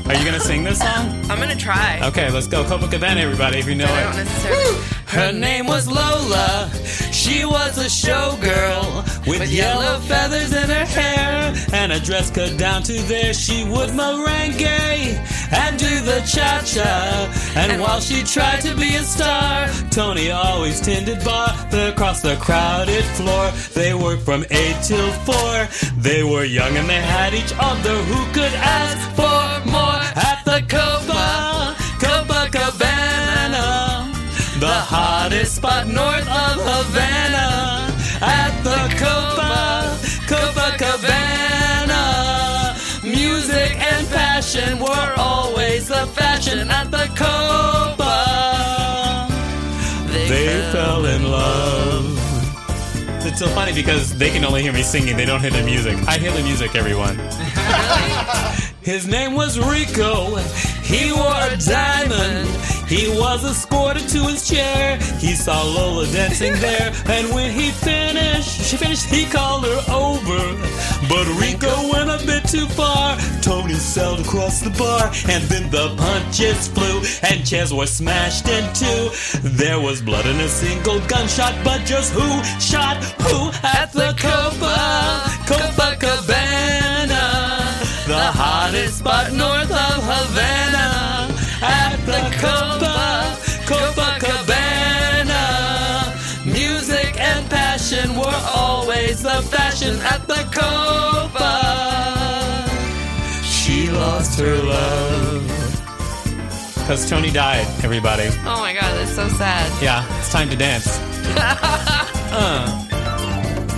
E: Are you going to sing this song?
C: I'm gonna try.
E: Okay, let's go. Copacabana, everybody, if you know
C: But I
E: it.
C: don't necessarily.
E: Her name was Lola. She was a showgirl with, yellow feathers in her hair. And her dress cut down to there. She would merengue and do the cha cha. And, while she tried to be a star, Tony always tended bar across the crowded floor. They worked from 8 till 4. They were young and they had each other. Who could ask for more at the Copa? Copacabana, the hottest spot north of Havana. At the Copa, Copacabana, music and fashion were always the fashion at the Copa.
C: They,
E: They fell in love. It's so funny because they can only hear me singing; they don't hear the music. I hear the music, everyone. His name was Rico. He wore a diamond. He was escorted to his chair. He saw Lola dancing there. And when he finished, she finished, he called her over. But Rico went a bit too far. Tony
G: was sailed across the bar, and then the punches flew, and chairs were smashed in two. There was blood and a single gunshot, but just who shot who at,
C: At the
G: the Copa, Copa Cabana, the hottest spot north of Havana. At the Copa, Copa Cabana, music and passion were always the fashion at the Copa. She lost her love.
E: Because Tony died, everybody.
C: Oh my god, that's so sad.
E: Yeah, it's time to dance. uh,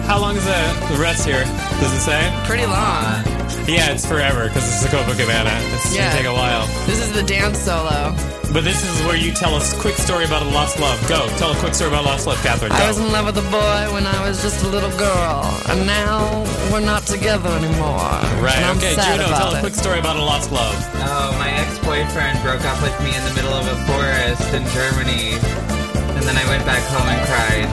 E: how long is the, the rest here? Does it say?
C: Pretty long.
E: Yeah, it's forever because it's the Copacabana. It's
C: Yeah.
E: gonna take a while.
C: This is the dance solo.
E: But this is where you tell us a quick story about a lost love. Go, tell a quick story about lost love, Catherine. Go.
C: I was in love with a boy when I was just a little girl, and now we're not together anymore.
E: right,
C: And I'm
E: okay,
C: sad
E: Juno,
C: about
E: tell
C: it.
E: a quick story about a lost love.
D: Oh, my ex-boyfriend broke up with me in the middle of a forest in Germany, and then I went back home and cried.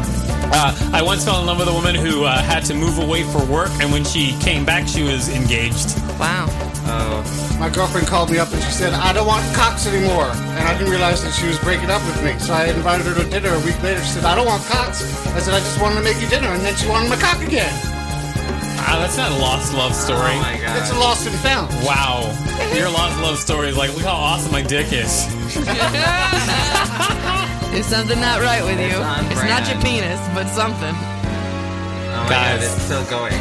E: Uh, I once fell in love with a woman who uh, had to move away for work, and when she came back, she was engaged.
C: Wow.
D: Oh,
B: My girlfriend called me up and she said, I don't want cocks anymore. And I didn't realize that she was breaking up with me. So I invited her to dinner a week later. She said, I don't want cocks. I said, I just wanted to make you dinner. And then she wanted my cock again.
E: Ah, that's not a lost love story.
D: oh my
B: It's a
D: god.
B: lost and found.
E: Wow. Your lost love story is like, look how awesome my dick is.
C: There's something not right with you.
D: It's on
C: It's not
D: brand.
C: your penis, but something.
D: Oh my god,
E: Guys.
D: it's still going.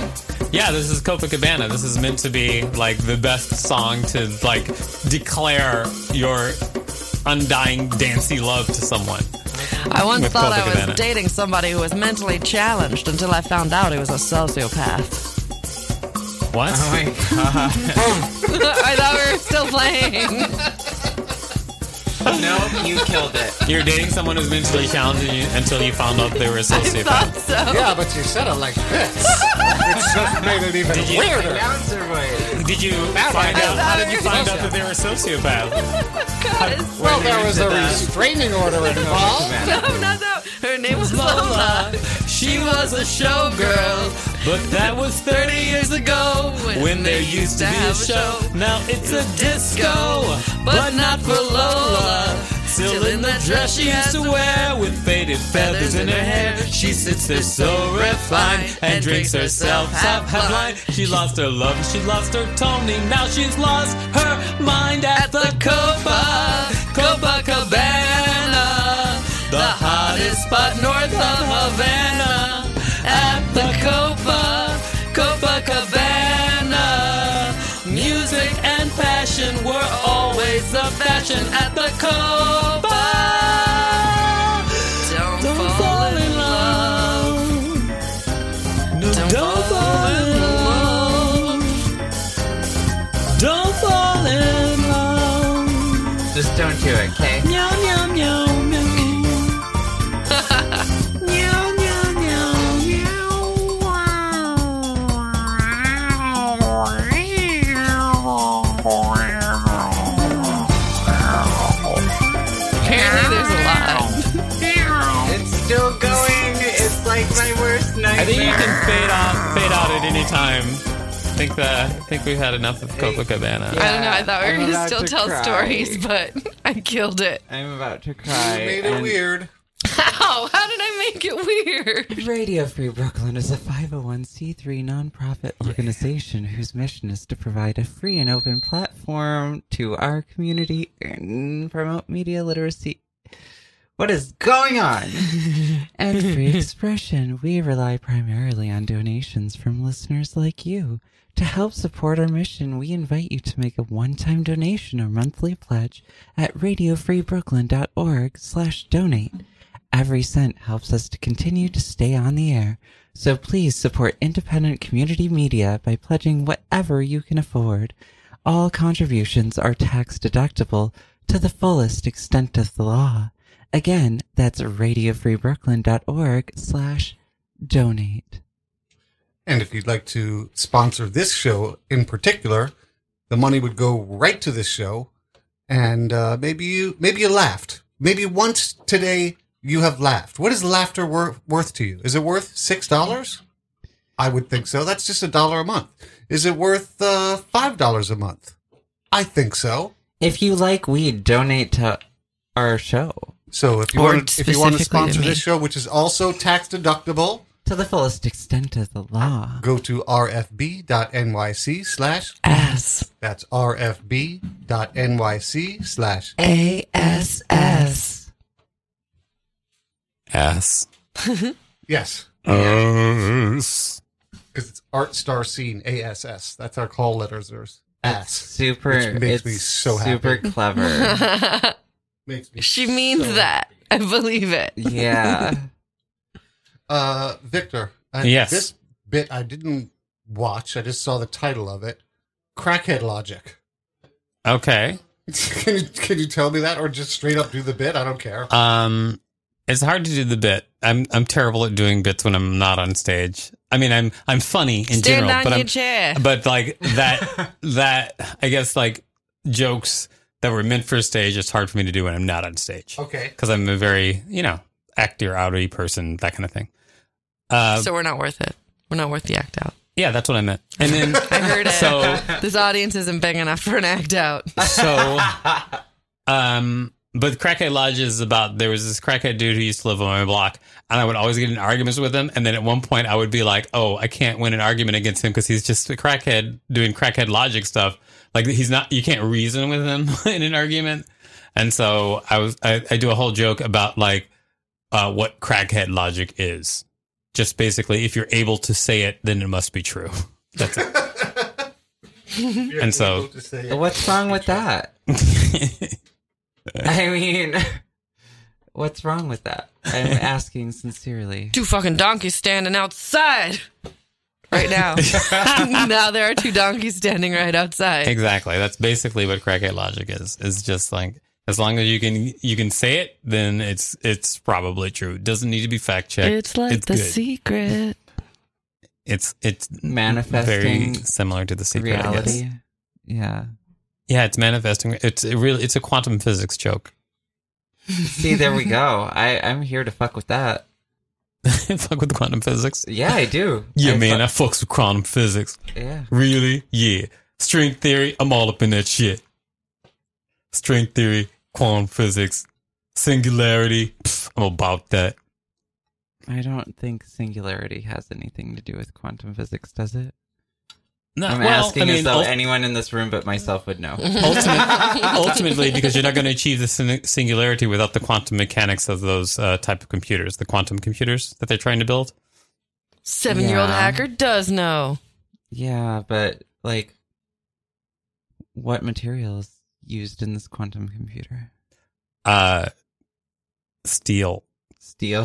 E: Yeah, this is Copacabana. This is meant to be like the best song to like declare your undying dancey love to someone.
C: I once
E: With
C: thought I was
E: Copacabana.
C: dating somebody who was mentally challenged until I found out he was a sociopath.
E: What?
D: Oh my god.
C: I thought we were still playing.
D: nope, you killed it.
E: You're dating someone who's mentally challenging you until you found out they were a
C: I
E: sociopath.
C: thought so.
B: Yeah, but she said it like this. Which just made it even
E: Did you-
B: weirder.
D: Announcer voice.
E: Did you find out? How did you
C: I
E: find out that they were a sociopath?
C: God, it's-
B: Well, there was a
D: Did that.
B: restraining order involved.
C: no, not that. Her name was Lola.
E: She was a showgirl, but that was 30 years ago when there used to be a show. Now it's a disco, but not for Lola. Still in the dress she used to wear with faded feathers in her hair. She sits there so refined and drinks herself half half blind. She lost her love, and she lost her Tony. Now she's lost her mind at the Copa, Copa Cabana. The hottest spot north of Havana at the Copa, Copacabana. Music and fashion were always the fashion at the Copa.
C: Don't,
E: Don't
C: fall,
E: fall
C: in
E: in love. No,
C: Don't
E: don't
C: fall
E: fall in love. Don't fall in love.
D: Just don't do it, okay?
E: Meow, meow, meow, meow. meow, meow, meow, meow.
C: Apparently, there's a lot.
D: It's still going. It's like my worst nightmare.
E: I think you can fade off, fade out at any time. I think that I think we've had enough of Copacabana.
C: I don't know. I thought we were
D: I'm
C: going to
D: about
C: still
D: to
C: tell
D: cry.
C: stories, but I killed it.
D: I'm about to cry.
B: You made it
D: and-
B: weird.
C: How? How did I make it weird?
D: Radio Free Brooklyn is a 501c3 nonprofit organization whose mission is to provide a free and open platform to our community and promote media literacy. What is going on? and free expression. We rely primarily on donations from listeners like you. To help support our mission, we invite you to make a one-time donation or monthly pledge at radiofreebrooklyn.org slash donate. Every cent helps us to continue to stay on the air, so please support independent community media by pledging whatever you can afford. All contributions are tax deductible to the fullest extent of the law. Again, that's radiofreebrooklyn.org slash donate.
B: And if you'd like to sponsor this show in particular, the money would go right to this show. And uh, maybe you maybe you laughed. Maybe once today you have laughed. What is laughter wor- worth to you? Is it worth six dollars? I would think so. That's just a dollar a month. Is it worth uh, five dollars a month? I think so.
D: If you like weed, donate to our show.
B: So if you
C: Or
B: want if you want to
C: specifically to
B: sponsor
C: me.
B: this show, which is also tax deductible,
D: To the fullest extent of the law.
B: go to rfb.nyc slash
C: S
B: that's rfb.nyc slash
D: A S S.
E: Ass.
B: yes.
E: Ass.
B: Because it's Art Star Scene ASS. That's our call letters. There's
D: That's
B: ass.
D: super.
B: Which makes
D: it's
B: me so happy.
D: super clever.
B: Makes me
C: she
B: so-
C: means that. I believe it.
D: yeah.
B: Uh, Victor. I,
E: Yes.
B: This bit I didn't watch. I just saw the title of it. Crackhead logic.
E: Okay.
B: can you can you tell me that, or just straight up do the bit? I don't care.
E: Um, it's hard to do the bit. I'm I'm terrible at doing bits when I'm not on stage. I mean, I'm I'm funny in
C: Stand
E: general,
C: on
E: but
C: your
E: I'm
C: chair.
E: but like that that I guess like jokes that were meant for stage. It's hard for me to do when I'm not on stage
B: Okay.
E: because I'm a very you know actor outy person that kind of thing. Uh,
C: so we're not worth it. We're not worth the act out.
E: yeah, that's what I meant. And then
C: I heard it.
E: so
C: this audience isn't big enough for an act out.
E: so um but crackhead lodge is about there was this crackhead dude who used to live on my block and i would always get in arguments with him and then at one point i would be like oh i can't win an argument against him because he's just a crackhead doing crackhead logic stuff like he's not you can't reason with him in an argument and so i was i, I do a whole joke about like uh, what crackhead logic is just basically if you're able to say it then it must be true that's it and so
D: What's wrong with that? I mean, what's wrong with that? I'm asking sincerely.
C: Two fucking donkeys standing outside right now. now there are two donkeys standing right outside.
E: Exactly. That's basically what crackhead logic is. Is just like as long as you can you can say it, then it's it's probably true. It doesn't need to be fact checked.
C: It's like the
E: good.
C: secret.
E: It's it's very
D: Manifesting
E: similar to the secret. I guess.
D: Reality. Yeah.
E: Yeah, it's manifesting. It's it really it's a quantum physics joke.
D: See, there we go. I I'm here to fuck with that.
E: Fuck with quantum physics.
D: Yeah, I do.
E: Yeah,
D: I
E: man, I fucks with quantum physics.
D: fuck- yeah.
E: Really? Yeah. String theory, I'm all up in that shit. String theory, quantum physics, singularity. Pff, I'm about that.
D: I don't think singularity has anything to do with quantum physics, does it?
E: No,
D: I'm
E: well,
D: asking
E: I mean,
D: as though
E: ul-
D: oh, anyone in this room but myself would know.
E: ultimately, ultimately, because you're not going to achieve the sin- singularity without the quantum mechanics of those uh, type of computers, the quantum computers that they're trying to build.
C: Seven year old
D: Yeah.
C: hacker does know.
D: yeah, but like, what materials used in this quantum computer?
E: Uh, steel.
D: Steel.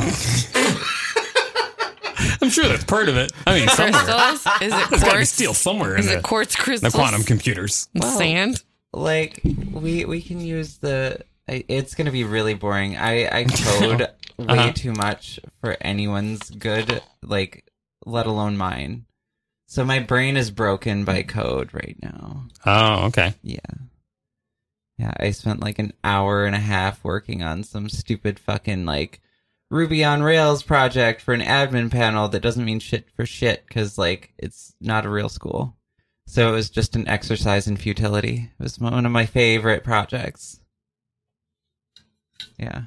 E: I'm sure that's part of it. I mean, somewhere
C: Crystals? Is it
E: there's got to be
C: quartz?
E: steel somewhere in
C: Is
E: the,
C: it quartz
E: the
C: crystals?
E: quantum computers.
D: Wow.
C: Sand?
D: like we we can use the I- it's going to be really boring i i code way
E: Uh-huh.
D: too much for anyone's good like let alone mine so my brain is broken by code right now
E: Oh, okay.
D: yeah yeah i spent like an hour and a half working on some stupid fucking like ruby on rails project for an admin panel that doesn't mean shit for shit because like it's not a real school so it was just an exercise in futility it was one of my favorite projects yeah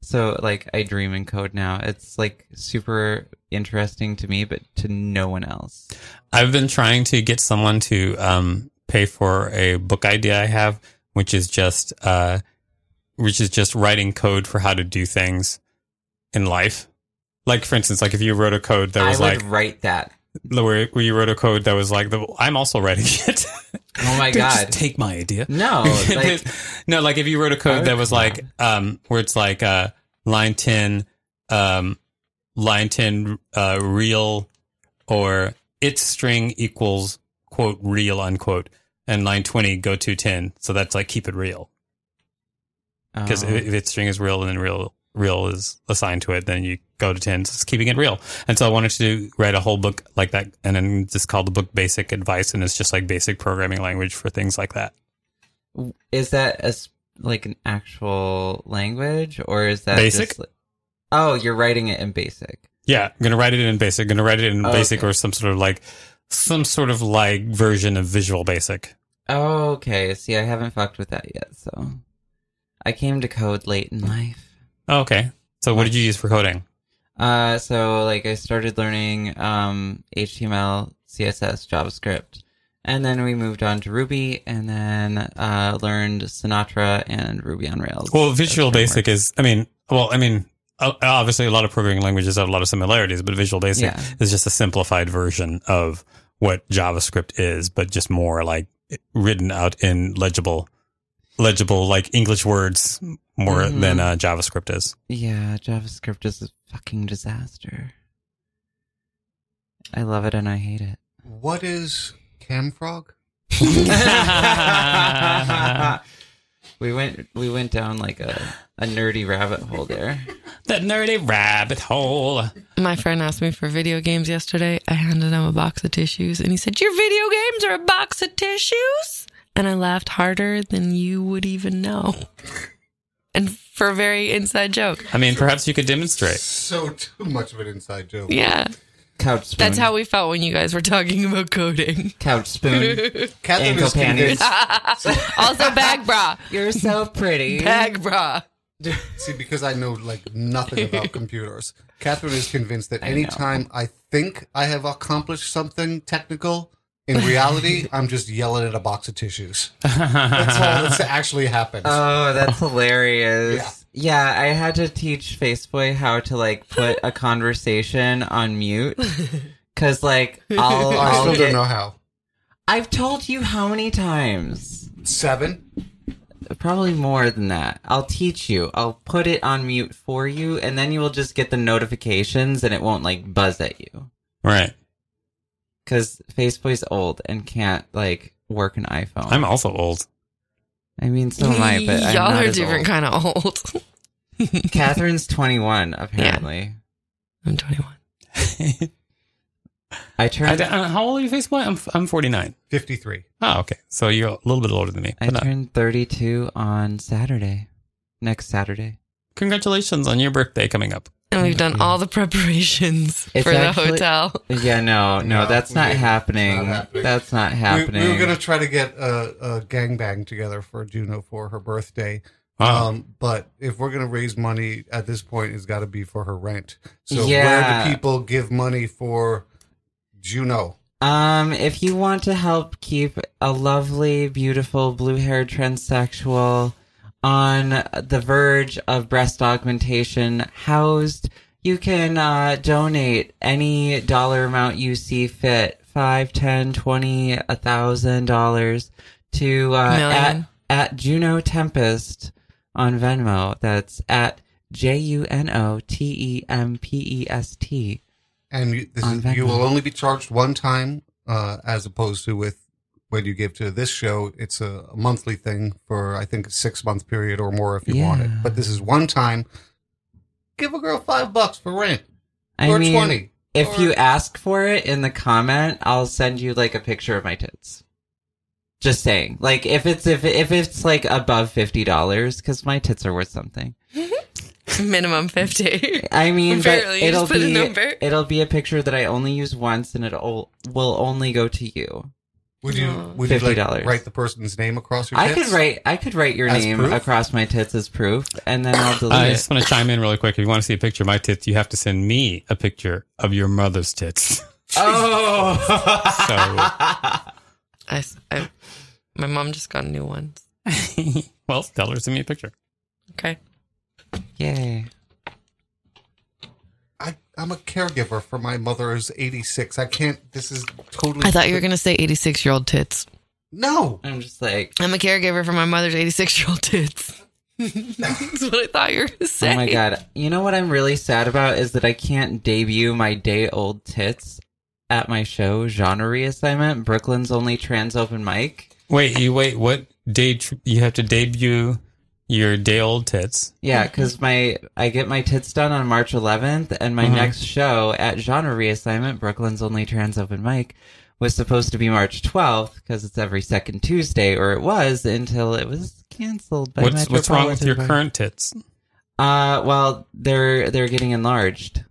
D: so like i dream in code now it's like super interesting to me but to no one else
E: I've been trying to get someone to um, pay for a book idea I have, which is just uh, which is just writing code for how to do things in life. Like for instance, like if you wrote a code that
D: i
E: was
D: would
E: like
D: write that
E: where, where you wrote a code that was like the I'm also writing it.
D: oh my
E: Don't just
D: god
E: take my idea.
D: no like Uh-huh.
E: no, like if you wrote a
D: Oh,
E: code that was
D: come
E: like um where it's like uh line ten, um line ten uh real or its string equals quote real unquote and line twenty go to ten. So that's like keep it real. Because
D: Oh.
E: if, if its string is real and then real real is assigned to it, then you go to ten. So it's keeping it real. And so I wanted to write a whole book like that and then just call the book basic advice and it's just like basic programming language for things like that.
D: is that as like an actual language or is that
E: Basic?
D: Just, oh, you're writing it in basic.
E: Yeah, I'm gonna write it in Basic. Gonna write it in
D: Oh,
E: Basic
D: okay.
E: or some sort of like some sort of like version of Visual Basic.
D: Oh, okay. See, I haven't fucked with that yet, so I came to code late in life.
E: Oh, okay. So what did you use for coding?
D: Uh, so like I started learning um, HTML, CSS, JavaScript, and then we moved on to Ruby, and then uh, learned Sinatra and Ruby on Rails.
E: Well,
D: as
E: Visual Basic
D: frameworks.
E: is, I mean, well, I mean, o- obviously a lot of programming languages have a lot of similarities, but Visual Basic
D: Yeah.
E: is just a simplified version of what JavaScript is, but just more like written out in legible, legible like English words more
D: Mhm.
E: than uh, JavaScript is.
D: yeah, JavaScript is a fucking disaster. I love it and I hate it.
B: What is Camfrog?
E: that
D: we went we went down like a, a nerdy rabbit hole there.
E: nerdy rabbit hole.
C: My friend asked me for video games yesterday. I handed him a box of tissues and he said, Your video games are a box of tissues? And I laughed harder than you would even know. And for a very inside joke.
E: I mean, perhaps you could demonstrate.
B: So too much of an inside joke.
C: Yeah.
D: Couch spoon.
C: That's how we felt when you guys were talking about coding.
D: couch spoon.
B: Catherine
D: Ankle
B: is convinced.
C: Also, bag bra.
D: You're so pretty.
C: Bag bra.
B: See, because I know like nothing about computers, Catherine is convinced that
D: I
B: anytime I think I have accomplished something technical, in reality, I'm just yelling at a box of tissues.
D: Uh-huh.
B: That's all that's actually happened.
D: Oh, that's hilarious. Yeah. I had to teach Faceboy how to like put a conversation on mute. Cause like I'll,
B: I
D: I'll
B: still
D: get,
B: don't know how.
D: I've told you how many times.
B: Seven.
D: Probably more than that. I'll teach you. I'll put it on mute for you, and then you will just get the notifications and it won't like buzz at you.
E: Right.
D: Cause Faceboy's old and can't like work an iPhone.
E: I'm also old.
D: I mean so am I, but I'm
C: Y'all
D: not
C: are
D: as
C: different
D: old.
C: kind of old.
D: Catherine's twenty one, apparently.
C: I'm 21.
D: I
E: I
D: turned
E: don't- uh, how old are you, Facebook? I'm, I'm 49.
B: 53.
E: Oh, okay. So you're a little bit older than me.
D: I
E: but uh, not-
D: turned 32 on Saturday. Next Saturday.
E: Congratulations on your birthday coming up.
C: And we've done all the preparations
D: It's
C: for the
D: actually-
C: hotel.
D: Yeah, no, no,
B: No,
D: that's not
B: we-
D: happening.
B: not happening.
D: That's not
B: We,
D: happening.
B: we were going to try to get a, a gangbang together for Juno for her birthday.
D: Oh.
E: Wow.
B: Um, but if we're going to raise money at this point, it's got to be for her rent. So where
D: Yeah.
B: do people give money for Juno?
D: Um, if you want to help keep a lovely, beautiful, blue-haired transsexual on the verge of breast augmentation housed, you can uh, donate any dollar amount you see fit. Five, ten, twenty, a thousand dollars to uh, at
C: Million.
D: at Juno Tempest on Venmo. That's at J U N O T E M P E S T.
B: And you, this
D: On
B: is,
D: Venmo.
B: you will only be charged one time, uh, as opposed to with when you give to this show, it's a monthly thing for I think a six month period or more if you want it.
D: Yeah.
B: But this is one time. Give a girl five bucks for rent
D: I
B: or
D: mean,
B: twenty.
D: If
B: Or-
D: you ask for it in the comment, I'll send you like a picture of my tits. Just saying, like if it's if if it's like above fifty dollars, because my tits are worth something.
C: Minimum 50.
D: I mean,
C: Barely,
D: but
C: you just
D: it'll
C: put a
D: be
C: number.
D: it'll be a picture that I only use once, and it'll will only go to you.
B: Would you
C: No.
B: would you like
D: $50.
B: write the person's name across your?
D: uh, I
B: tits?
D: could write I could write your
B: As
D: name
B: proof?
D: across my tits as proof, and then I'll delete
E: I
D: it.
E: just want to chime in really quick. If you want to see a picture of my tits, you have to send me a picture of your mother's tits.
D: Oh,
E: So,
C: I, s- I- my mom just got new ones.
E: well, tell her to send me a picture.
C: Okay.
D: yay!
B: I, I'm a caregiver for my mother who's 86. I can't. This is totally.
C: I thought you were going to say 86 year old tits.
B: No,
D: I'm just like,
C: I'm a caregiver for my mother's 86 year old tits. That's what I thought you were going to say.
D: Oh my god. You know what I'm really sad about is that I can't debut my day old tits at my show genre reassignment, Brooklyn's only trans open mic.
E: Wait, you wait. What day tr- you have to debut your day old tits?
D: Yeah, cuz my I get my tits done on March 11th and my
E: Uh-huh.
D: next show at genre reassignment, Brooklyn's only trans open mic was supposed to be March 12th cuz it's every second Tuesday or it was until it was canceled by
E: What's what's wrong with
D: Metropolitan
E: your
D: Vote.
E: current tits?
D: Uh well, they're they're getting enlarged.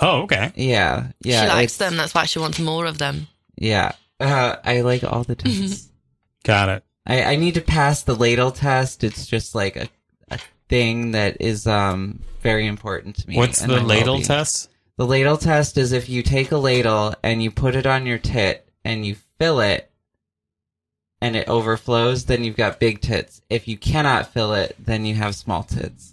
E: Oh, okay.
D: Yeah. Yeah.
C: she likes
D: it's-
C: them. That's why she wants more of them. Mm-hmm.
D: Yeah. Uh, I like all the tits.
E: Got it.
D: I, I need to pass the ladle test. It's just like a, a thing that is um very important to me.
E: What's
D: and
E: the
D: I will
E: ladle
D: be.
E: test?
D: The ladle test is if you take a ladle and you put it on your tit and you fill it and it overflows, then you've got big tits. If you cannot fill it, then you have small tits.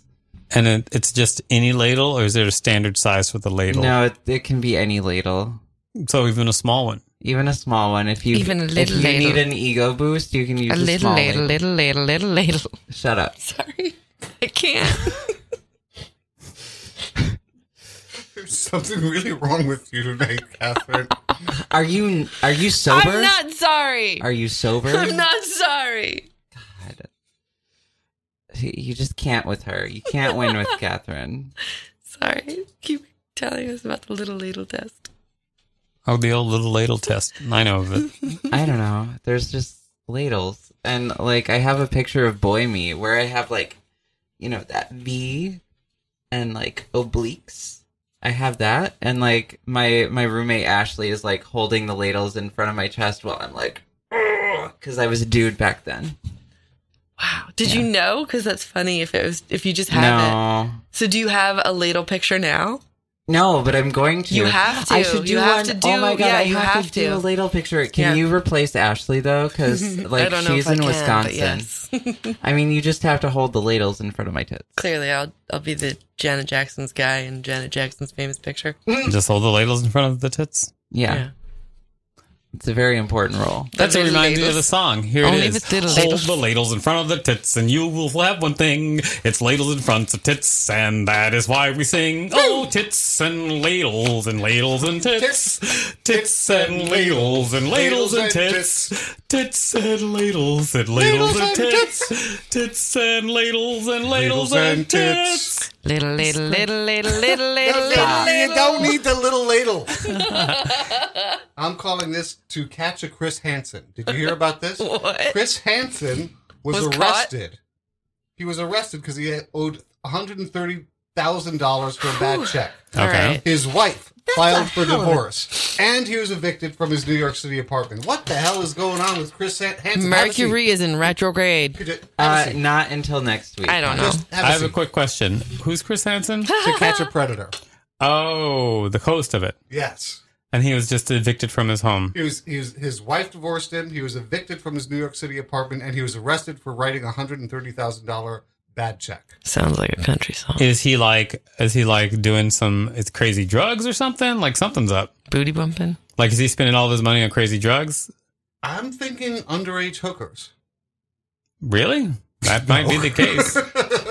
E: And it, it's just any ladle, or is there a standard size for the ladle?
D: No, it, it can be any ladle.
E: So even a small one.
D: Even a small one. If you
C: Even a
D: if
C: little
D: you
C: ladle.
D: need an ego boost, you can use
C: A
D: a,
C: little
D: small
C: ladle, little
D: ladle.
C: ladle, little ladle.
D: Shut up.
C: Sorry, I can't.
B: There's something really wrong with you tonight, Catherine.
D: Are you are you sober?
C: I'm not sorry.
D: Are you sober?
C: I'm not sorry.
D: You just can't with her. You can't win with Catherine.
C: Sorry. Keep telling us about the little ladle test.
E: Oh, the old little ladle test. I know of it.
D: I don't know. There's just ladles. And like I have a picture of Boy Me where I have like you know that V and like obliques. I have that and like my my roommate Ashley is like holding the ladles in front of my chest while I'm like cuz I was a dude back then.
C: Wow. Did you know? Because that's funny if it was if you just have it.
D: No.
C: So do you have a ladle picture now?
D: No, but I'm going to.
C: You have to.
D: I should do
C: You have
D: one.
C: to
D: Oh
C: do-
D: my god,
C: yeah,
D: I
C: you
D: have,
C: have
D: to, do
C: to.
D: a ladle picture. Can
C: Yeah.
D: you replace Ashley though? Because like
C: I don't know
D: she's
C: if
D: in
C: I can, but
D: Wisconsin.
C: yes.
D: I mean, you just have to hold the ladles in front of my tits.
C: Clearly, I'll I'll be the Janet Jackson's guy in Janet Jackson's famous picture.
E: Just hold the ladles in front of the tits.
D: Yeah, it's a very important role.
E: That's
C: The
E: what
C: little
E: reminds me of
C: ladles.
E: the song. Here
C: Only
E: it is.
C: with little
E: Hold
C: ladles.
E: the ladles in front of the tits, and you will have one thing. It's ladles in front of tits, and that is why we sing. Oh, tits and ladles and ladles and tits, tits and ladles and ladles and tits, tits and ladles and ladles and tits, tits and ladles and ladles and tits.
C: Little little little little little little
B: Stop.
C: little.
B: You don't need the little ladle. I'm calling this to catch a Chris Hansen. Did you hear about this?
C: What?
B: Chris Hansen was,
C: Was caught?
B: arrested. He was arrested because he had owed $130,000 for a bad check.
C: All right.
B: His wife filed for divorce, and he was evicted from his New York City apartment. What the hell is going on with Chris Han- Hansen? Have a seat.
C: Mercury is in retrograde.
B: Have a seat.
D: Uh, not until next week.
C: I don't know.
B: Just have a
E: I have a
B: seat.
E: quick question. Who's Chris Hansen?
B: to catch a predator.
E: Oh, the host of it.
B: Yes.
E: And he was just evicted from his home.
B: He was, he was his wife divorced him. He was evicted from his New York City apartment, and he was arrested for writing a hundred and thirty thousand dollar bad check.
C: Sounds like a country song.
E: Is he like? Is he like doing some it's crazy drugs or something? Like something's up.
C: Booty bumping.
E: Like is he spending all of his money on crazy drugs?
B: I'm thinking underage hookers.
E: Really? That might be the case.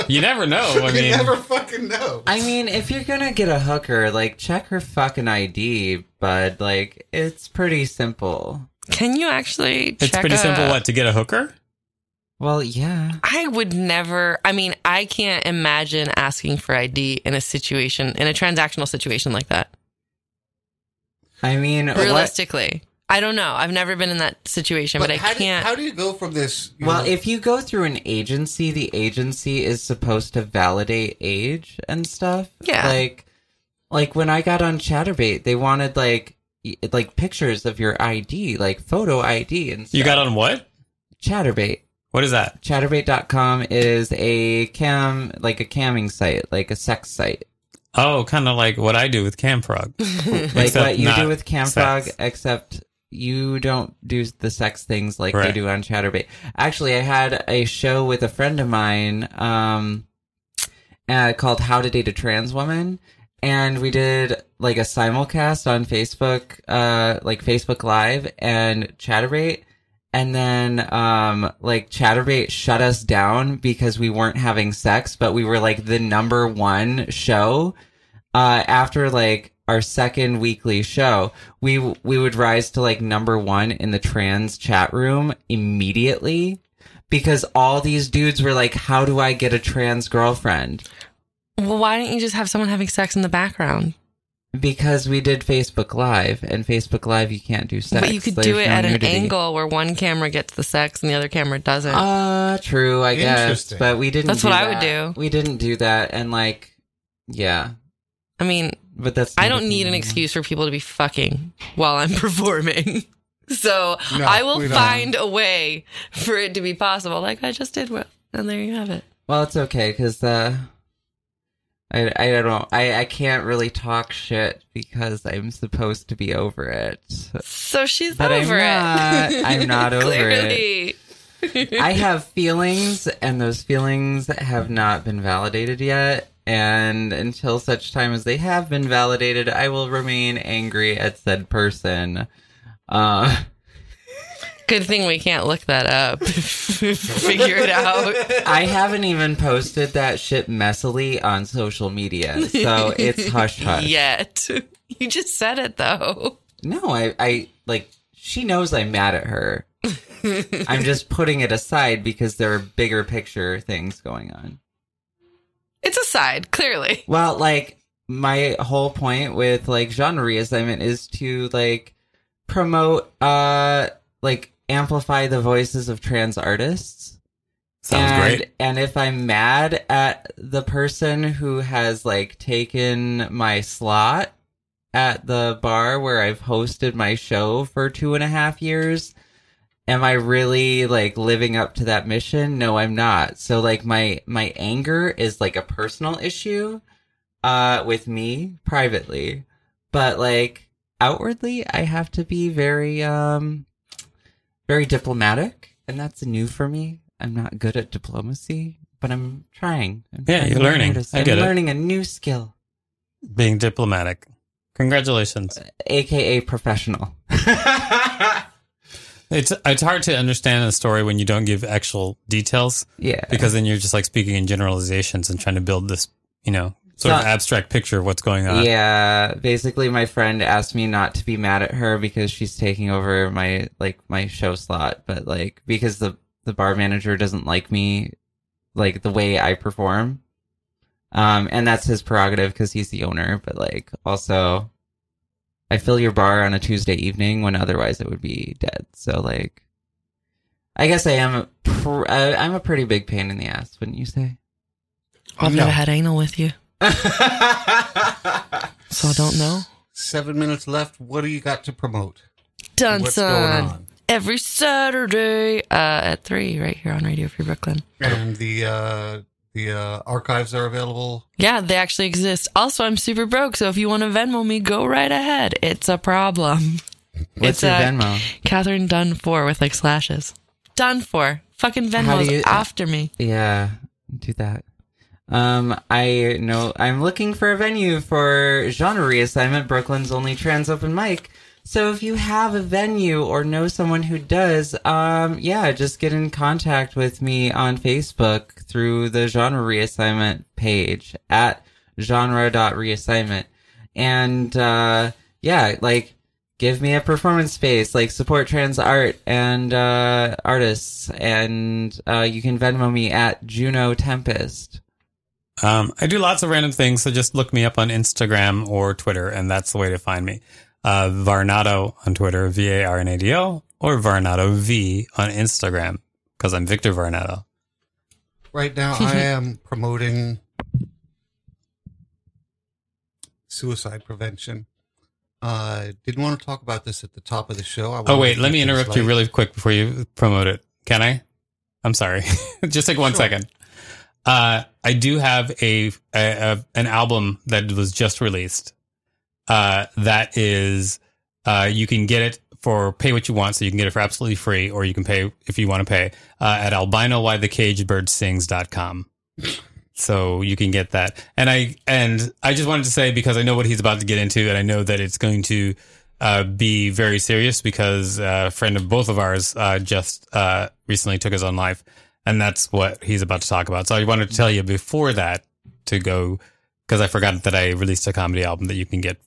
E: You never know. I
B: you
E: mean,
B: never fucking know.
D: I mean, if you're gonna get a hooker, like check her fucking ID, bud. Like it's pretty simple.
C: Can you actually?
E: it's
C: check
E: pretty
C: a-
E: simple. What to get a hooker?
D: Well, yeah.
C: I would never. I mean, I can't imagine asking for ID in a situation in a transactional situation like that.
D: I mean, what-
C: Realistically, I don't know. I've never been in that situation, but, I
B: how do,
C: can't.
B: how do you go from this? you
D: Well,
B: know-
D: if you go through an agency, the agency is supposed to validate age and stuff.
C: Yeah.
D: Like, like when I got on Chatterbait, they wanted like, y- like pictures of your ID, like photo ID and stuff.
E: You got on what?
D: Chatterbait.
E: What is that?
D: Chatterbait.com is a cam, like a camming site, like a sex site.
E: Oh, kind of like what I do with Camfrog.
D: Like
E: Except
D: what you
E: not
D: do with Camfrog,
E: sex.
D: except you don't do the sex things like they
E: Right.
D: do on Chatterbait. Actually, I had a show with a friend of mine um, uh, called How to Date a Trans Woman. And we did like a simulcast on Facebook, uh, like Facebook Live and Chatterbait. And then, um, like Chatterbait shut us down because we weren't having sex, but we were like the number one show uh, after like our second weekly show, we we would rise to like number one in the trans chat room immediately because all these dudes were like, "How do I get a trans girlfriend?"
C: well, why don't you just have someone having sex in the background?
D: Because we did Facebook Live, and Facebook Live you can't do sex.
C: but you could
D: There's
C: do it
D: no
C: at
D: nudity.
C: an angle where one camera gets the sex and the other camera doesn't.
D: Uh, true, I guess.
B: Interesting.
D: But we didn't.
C: That's
D: do
C: what I would do.
D: that. We didn't do that, and like, yeah,
C: I mean,
D: but that's.
C: I
D: not a
C: don't need
D: thing
C: an
D: anymore.
C: excuse for people to be fucking while I'm performing. So
B: No,
C: I will
B: we don't.
C: find a way for it to be possible, like I just did. Well, and there you have it.
D: Well, it's okay because uh, I I don't know. I I can't really talk shit because I'm supposed to be over it.
C: So she's
D: But I'm
C: over it.
D: not. I'm not over it.
C: Clearly.
D: I have feelings, and those feelings have not been validated yet. And until such time as they have been validated, I will remain angry at said person. Uh,
C: Good thing we can't look that up. Figure it out.
D: I haven't even posted that shit messily on social media, so it's hush hush.
C: Yet. You just said it though.
D: No, I, I like she knows I'm mad at her. I'm just putting it aside because there are bigger picture things going on.
C: It's a side, clearly.
D: Well, like my whole point with like genre reassignment is to like promote uh like amplify the voices of trans artists.
G: Sounds
D: and,
G: great.
D: And if I'm mad at the person who has like taken my slot at the bar where I've hosted my show for two and a half years, am I really like living up to that mission? No, I'm not. So like my my anger is like a personal issue uh with me privately. But like outwardly I have to be very um very diplomatic and that's new for me. I'm not good at diplomacy, but I'm trying. I'm
E: Yeah,
D: trying
E: you're
D: to learn
E: learning.
D: how to-
E: I
D: I'm
E: get it.
D: learning a new skill,
E: Being diplomatic. Congratulations.
D: aka professional.
E: It's it's hard to understand a story when you don't give actual details
D: Yeah.
E: because then you're just like speaking in generalizations and trying to build this, you know, sort of
D: So-
E: abstract picture of what's going on.
D: Yeah, basically, my friend asked me not to be mad at her because she's taking over my like my show slot, but like because the the bar manager doesn't like me, like the way I perform, um, and that's his prerogative because he's the owner. But like, also, I fill your bar on a Tuesday evening when otherwise it would be dead. So like, I guess I am a pr- I, I'm a pretty big pain in the ass, wouldn't you say?
C: I've
B: No.
C: never had anal with you, so I don't know.
B: Seven minutes left. What do you got to promote?
C: Dunson
B: What's going on?
C: every Saturday uh, at three, right here on Radio Free Brooklyn.
B: And the uh, the uh, archives are available.
C: Yeah, they actually exist. Also, I'm super broke, so if you want to Venmo me, go right ahead. It's a problem. It's
D: What's your
C: a-
D: Venmo?
C: Catherine done for with like slashes. Done for. Fucking
D: How do
C: Venmo's
D: you- uh,
C: after me.
D: Yeah, do that. Um, I know I'm looking for a venue for genre reassignment, Brooklyn's only trans open mic. So if you have a venue or know someone who does, um, yeah, just get in contact with me on Facebook through the genre reassignment page at genre.reassignment. And, uh, yeah, like, give me a performance space like support trans art and uh, artists and uh, you can venmo me at juno tempest
E: Um, I do lots of random things, so just look me up on Instagram or Twitter, and that's the way to find me. Uh, Varnado on Twitter, V A R N A D O, or Varnado V on Instagram, because I'm Victor Varnado.
B: Right now, I am promoting suicide prevention. uh, didn't want to talk about this at the top of the show. I
E: Oh,
B: wanted
E: wait,
B: to
E: let
B: keep
E: me
B: things
E: interrupt you
B: light.
E: really quick before you promote it. Can I? I'm sorry. Just take one
B: Sure.
E: second. Uh, I do have a, a, a an album that was just released. Uh, that is, uh, you can get it for pay what you want, so you can get it for absolutely free, or you can pay if you want to pay uh, at albino why the caged bird sings dot com. So you can get that, and I and I just wanted to say because I know what he's about to get into, and I know that it's going to uh, be very serious because uh, a friend of both of ours uh, just uh, recently took his own life, and that's what he's about to talk about. So I wanted to tell you before that to go because I forgot that I released a comedy album that you can get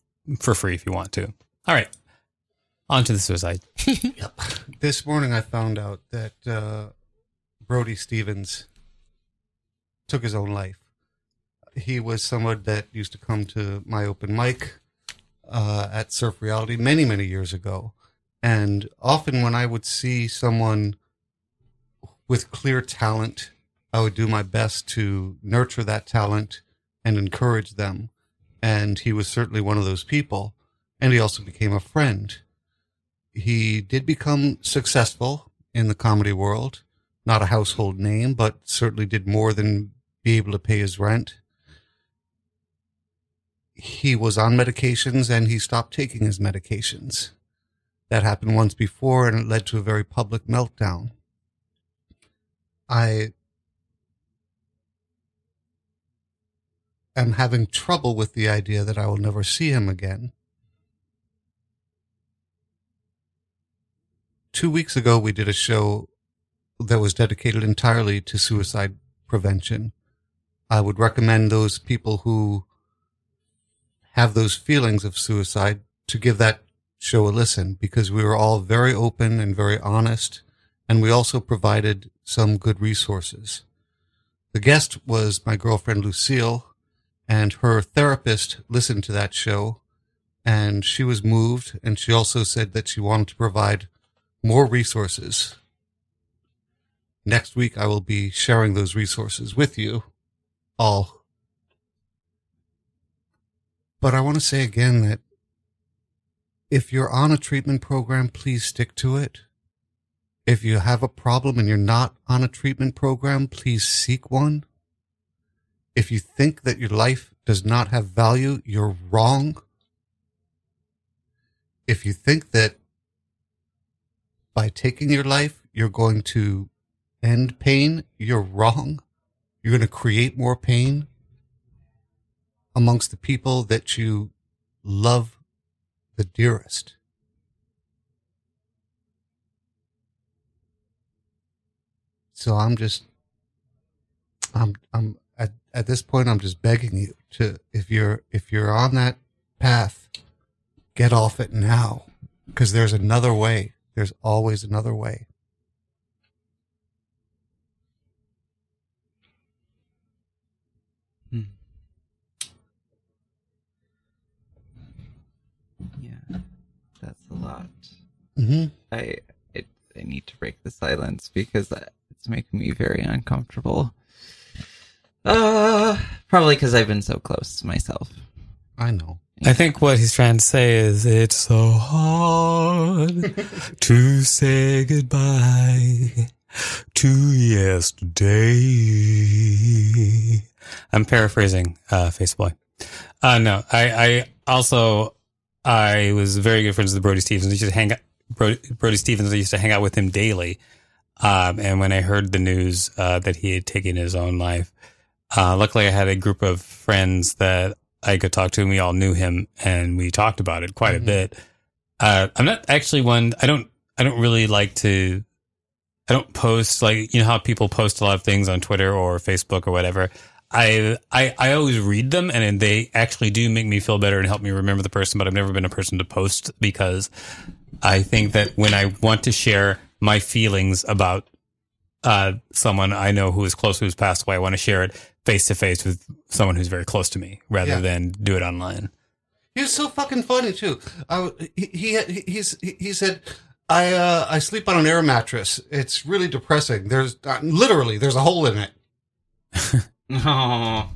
E: for free if you want to. All right, on to the suicide.
B: This morning, I found out that uh, Brody Stevens took his own life. He was someone that used to come to my open mic uh, at Surf Reality many, many years ago. And often, when I would see someone with clear talent, I would do my best to nurture that talent and encourage them. And he was certainly one of those people. And he also became a friend he did become successful in the comedy world. Not a household name, but certainly did more than be able to pay his rent. He was on medications and he stopped taking his medications. That happened once before and it led to a very public meltdown. I am having trouble with the idea that I will never see him again. Two weeks ago, we did a show that was dedicated entirely to suicide prevention. I would recommend those people who have those feelings of suicide to give that show a listen because we were all very open and very honest. And we also provided some good resources. The guest was my girlfriend Lucille, and her therapist listened to that show and she was moved. And she also said that she wanted to provide more resources. Next week, I will be sharing those resources with you all. But I want to say again that if you're on a treatment program, please stick to it. If you have a problem and you're not on a treatment program, please seek one. If you think that your life does not have value, you're wrong. If you think that by taking your life, you're going to end pain, you're wrong. You're going to create more pain amongst the people that you love the dearest. So I'm just, I'm, I'm at, at this point, I'm just begging you to, if you're, if you're on that path, get off it now because there's another way. There's always another way.
D: Yeah, that's a lot.
B: Mm-hmm.
D: I I, I need to break the silence because that- it's making me very uncomfortable. Uh, probably because I've been so close myself.
B: I know.
E: I think what he's trying to say is it's so hard to say goodbye to yesterday. I'm paraphrasing uh, Faceboy. Uh, no, I, I also I was very good friends with Brody Stevens. I used to hang out, Brody, Brody Stevens. I used to hang out with him daily. Um, and when I heard the news uh, that he had taken his own life, uh, luckily I had a group of friends that I could talk to, and we all knew him, and we talked about it quite
B: Mhm.
E: a bit. Uh, I'm not actually one. I don't. I don't really like to. I don't post like you know how people post a lot of things on Twitter or Facebook or whatever. I I I always read them, and, then they actually do make me feel better and help me remember the person. But I've never been a person to post because I think that when I want to share my feelings about uh, someone I know who is close who's passed away, I want to share it face to face with someone who's very close to me rather
B: Yeah.
E: than do it online.
B: He was so fucking funny too. I, he, he he's he he said, "I uh, I sleep on an air mattress. It's really depressing. There's uh, literally there's a hole in it."
D: Oh,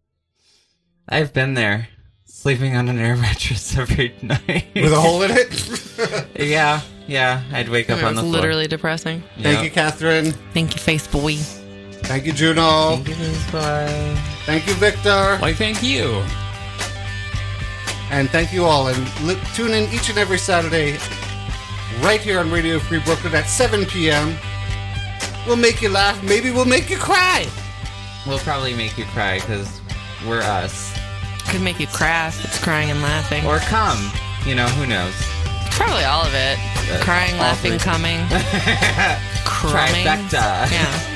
D: I've been there, sleeping on an air mattress every night.
B: With a hole in it. Thank
D: yeah, yeah. I'd wake up
C: It
D: on
C: was
D: the floor.
C: literally depressing.
D: Yep.
B: you, Catherine.
C: Thank you, Faceboy.
B: Thank you, Juno.
D: Thank you, Bye.
B: Thank you, Victor.
E: Why, thank you.
B: And thank you all. And li- tune in each and every Saturday, right here on Radio Free Brooklyn at 7 p.m. We'll make you laugh. Maybe we'll make you cry.
D: We'll probably make you cry because we're us.
C: Could make you crash. It's crying and laughing.
D: Or come. You know, who knows?
C: Probably all of it. Crying,
D: all
C: laughing,
D: three.
C: coming. Crumbing.
D: Trifecta.
C: Yeah.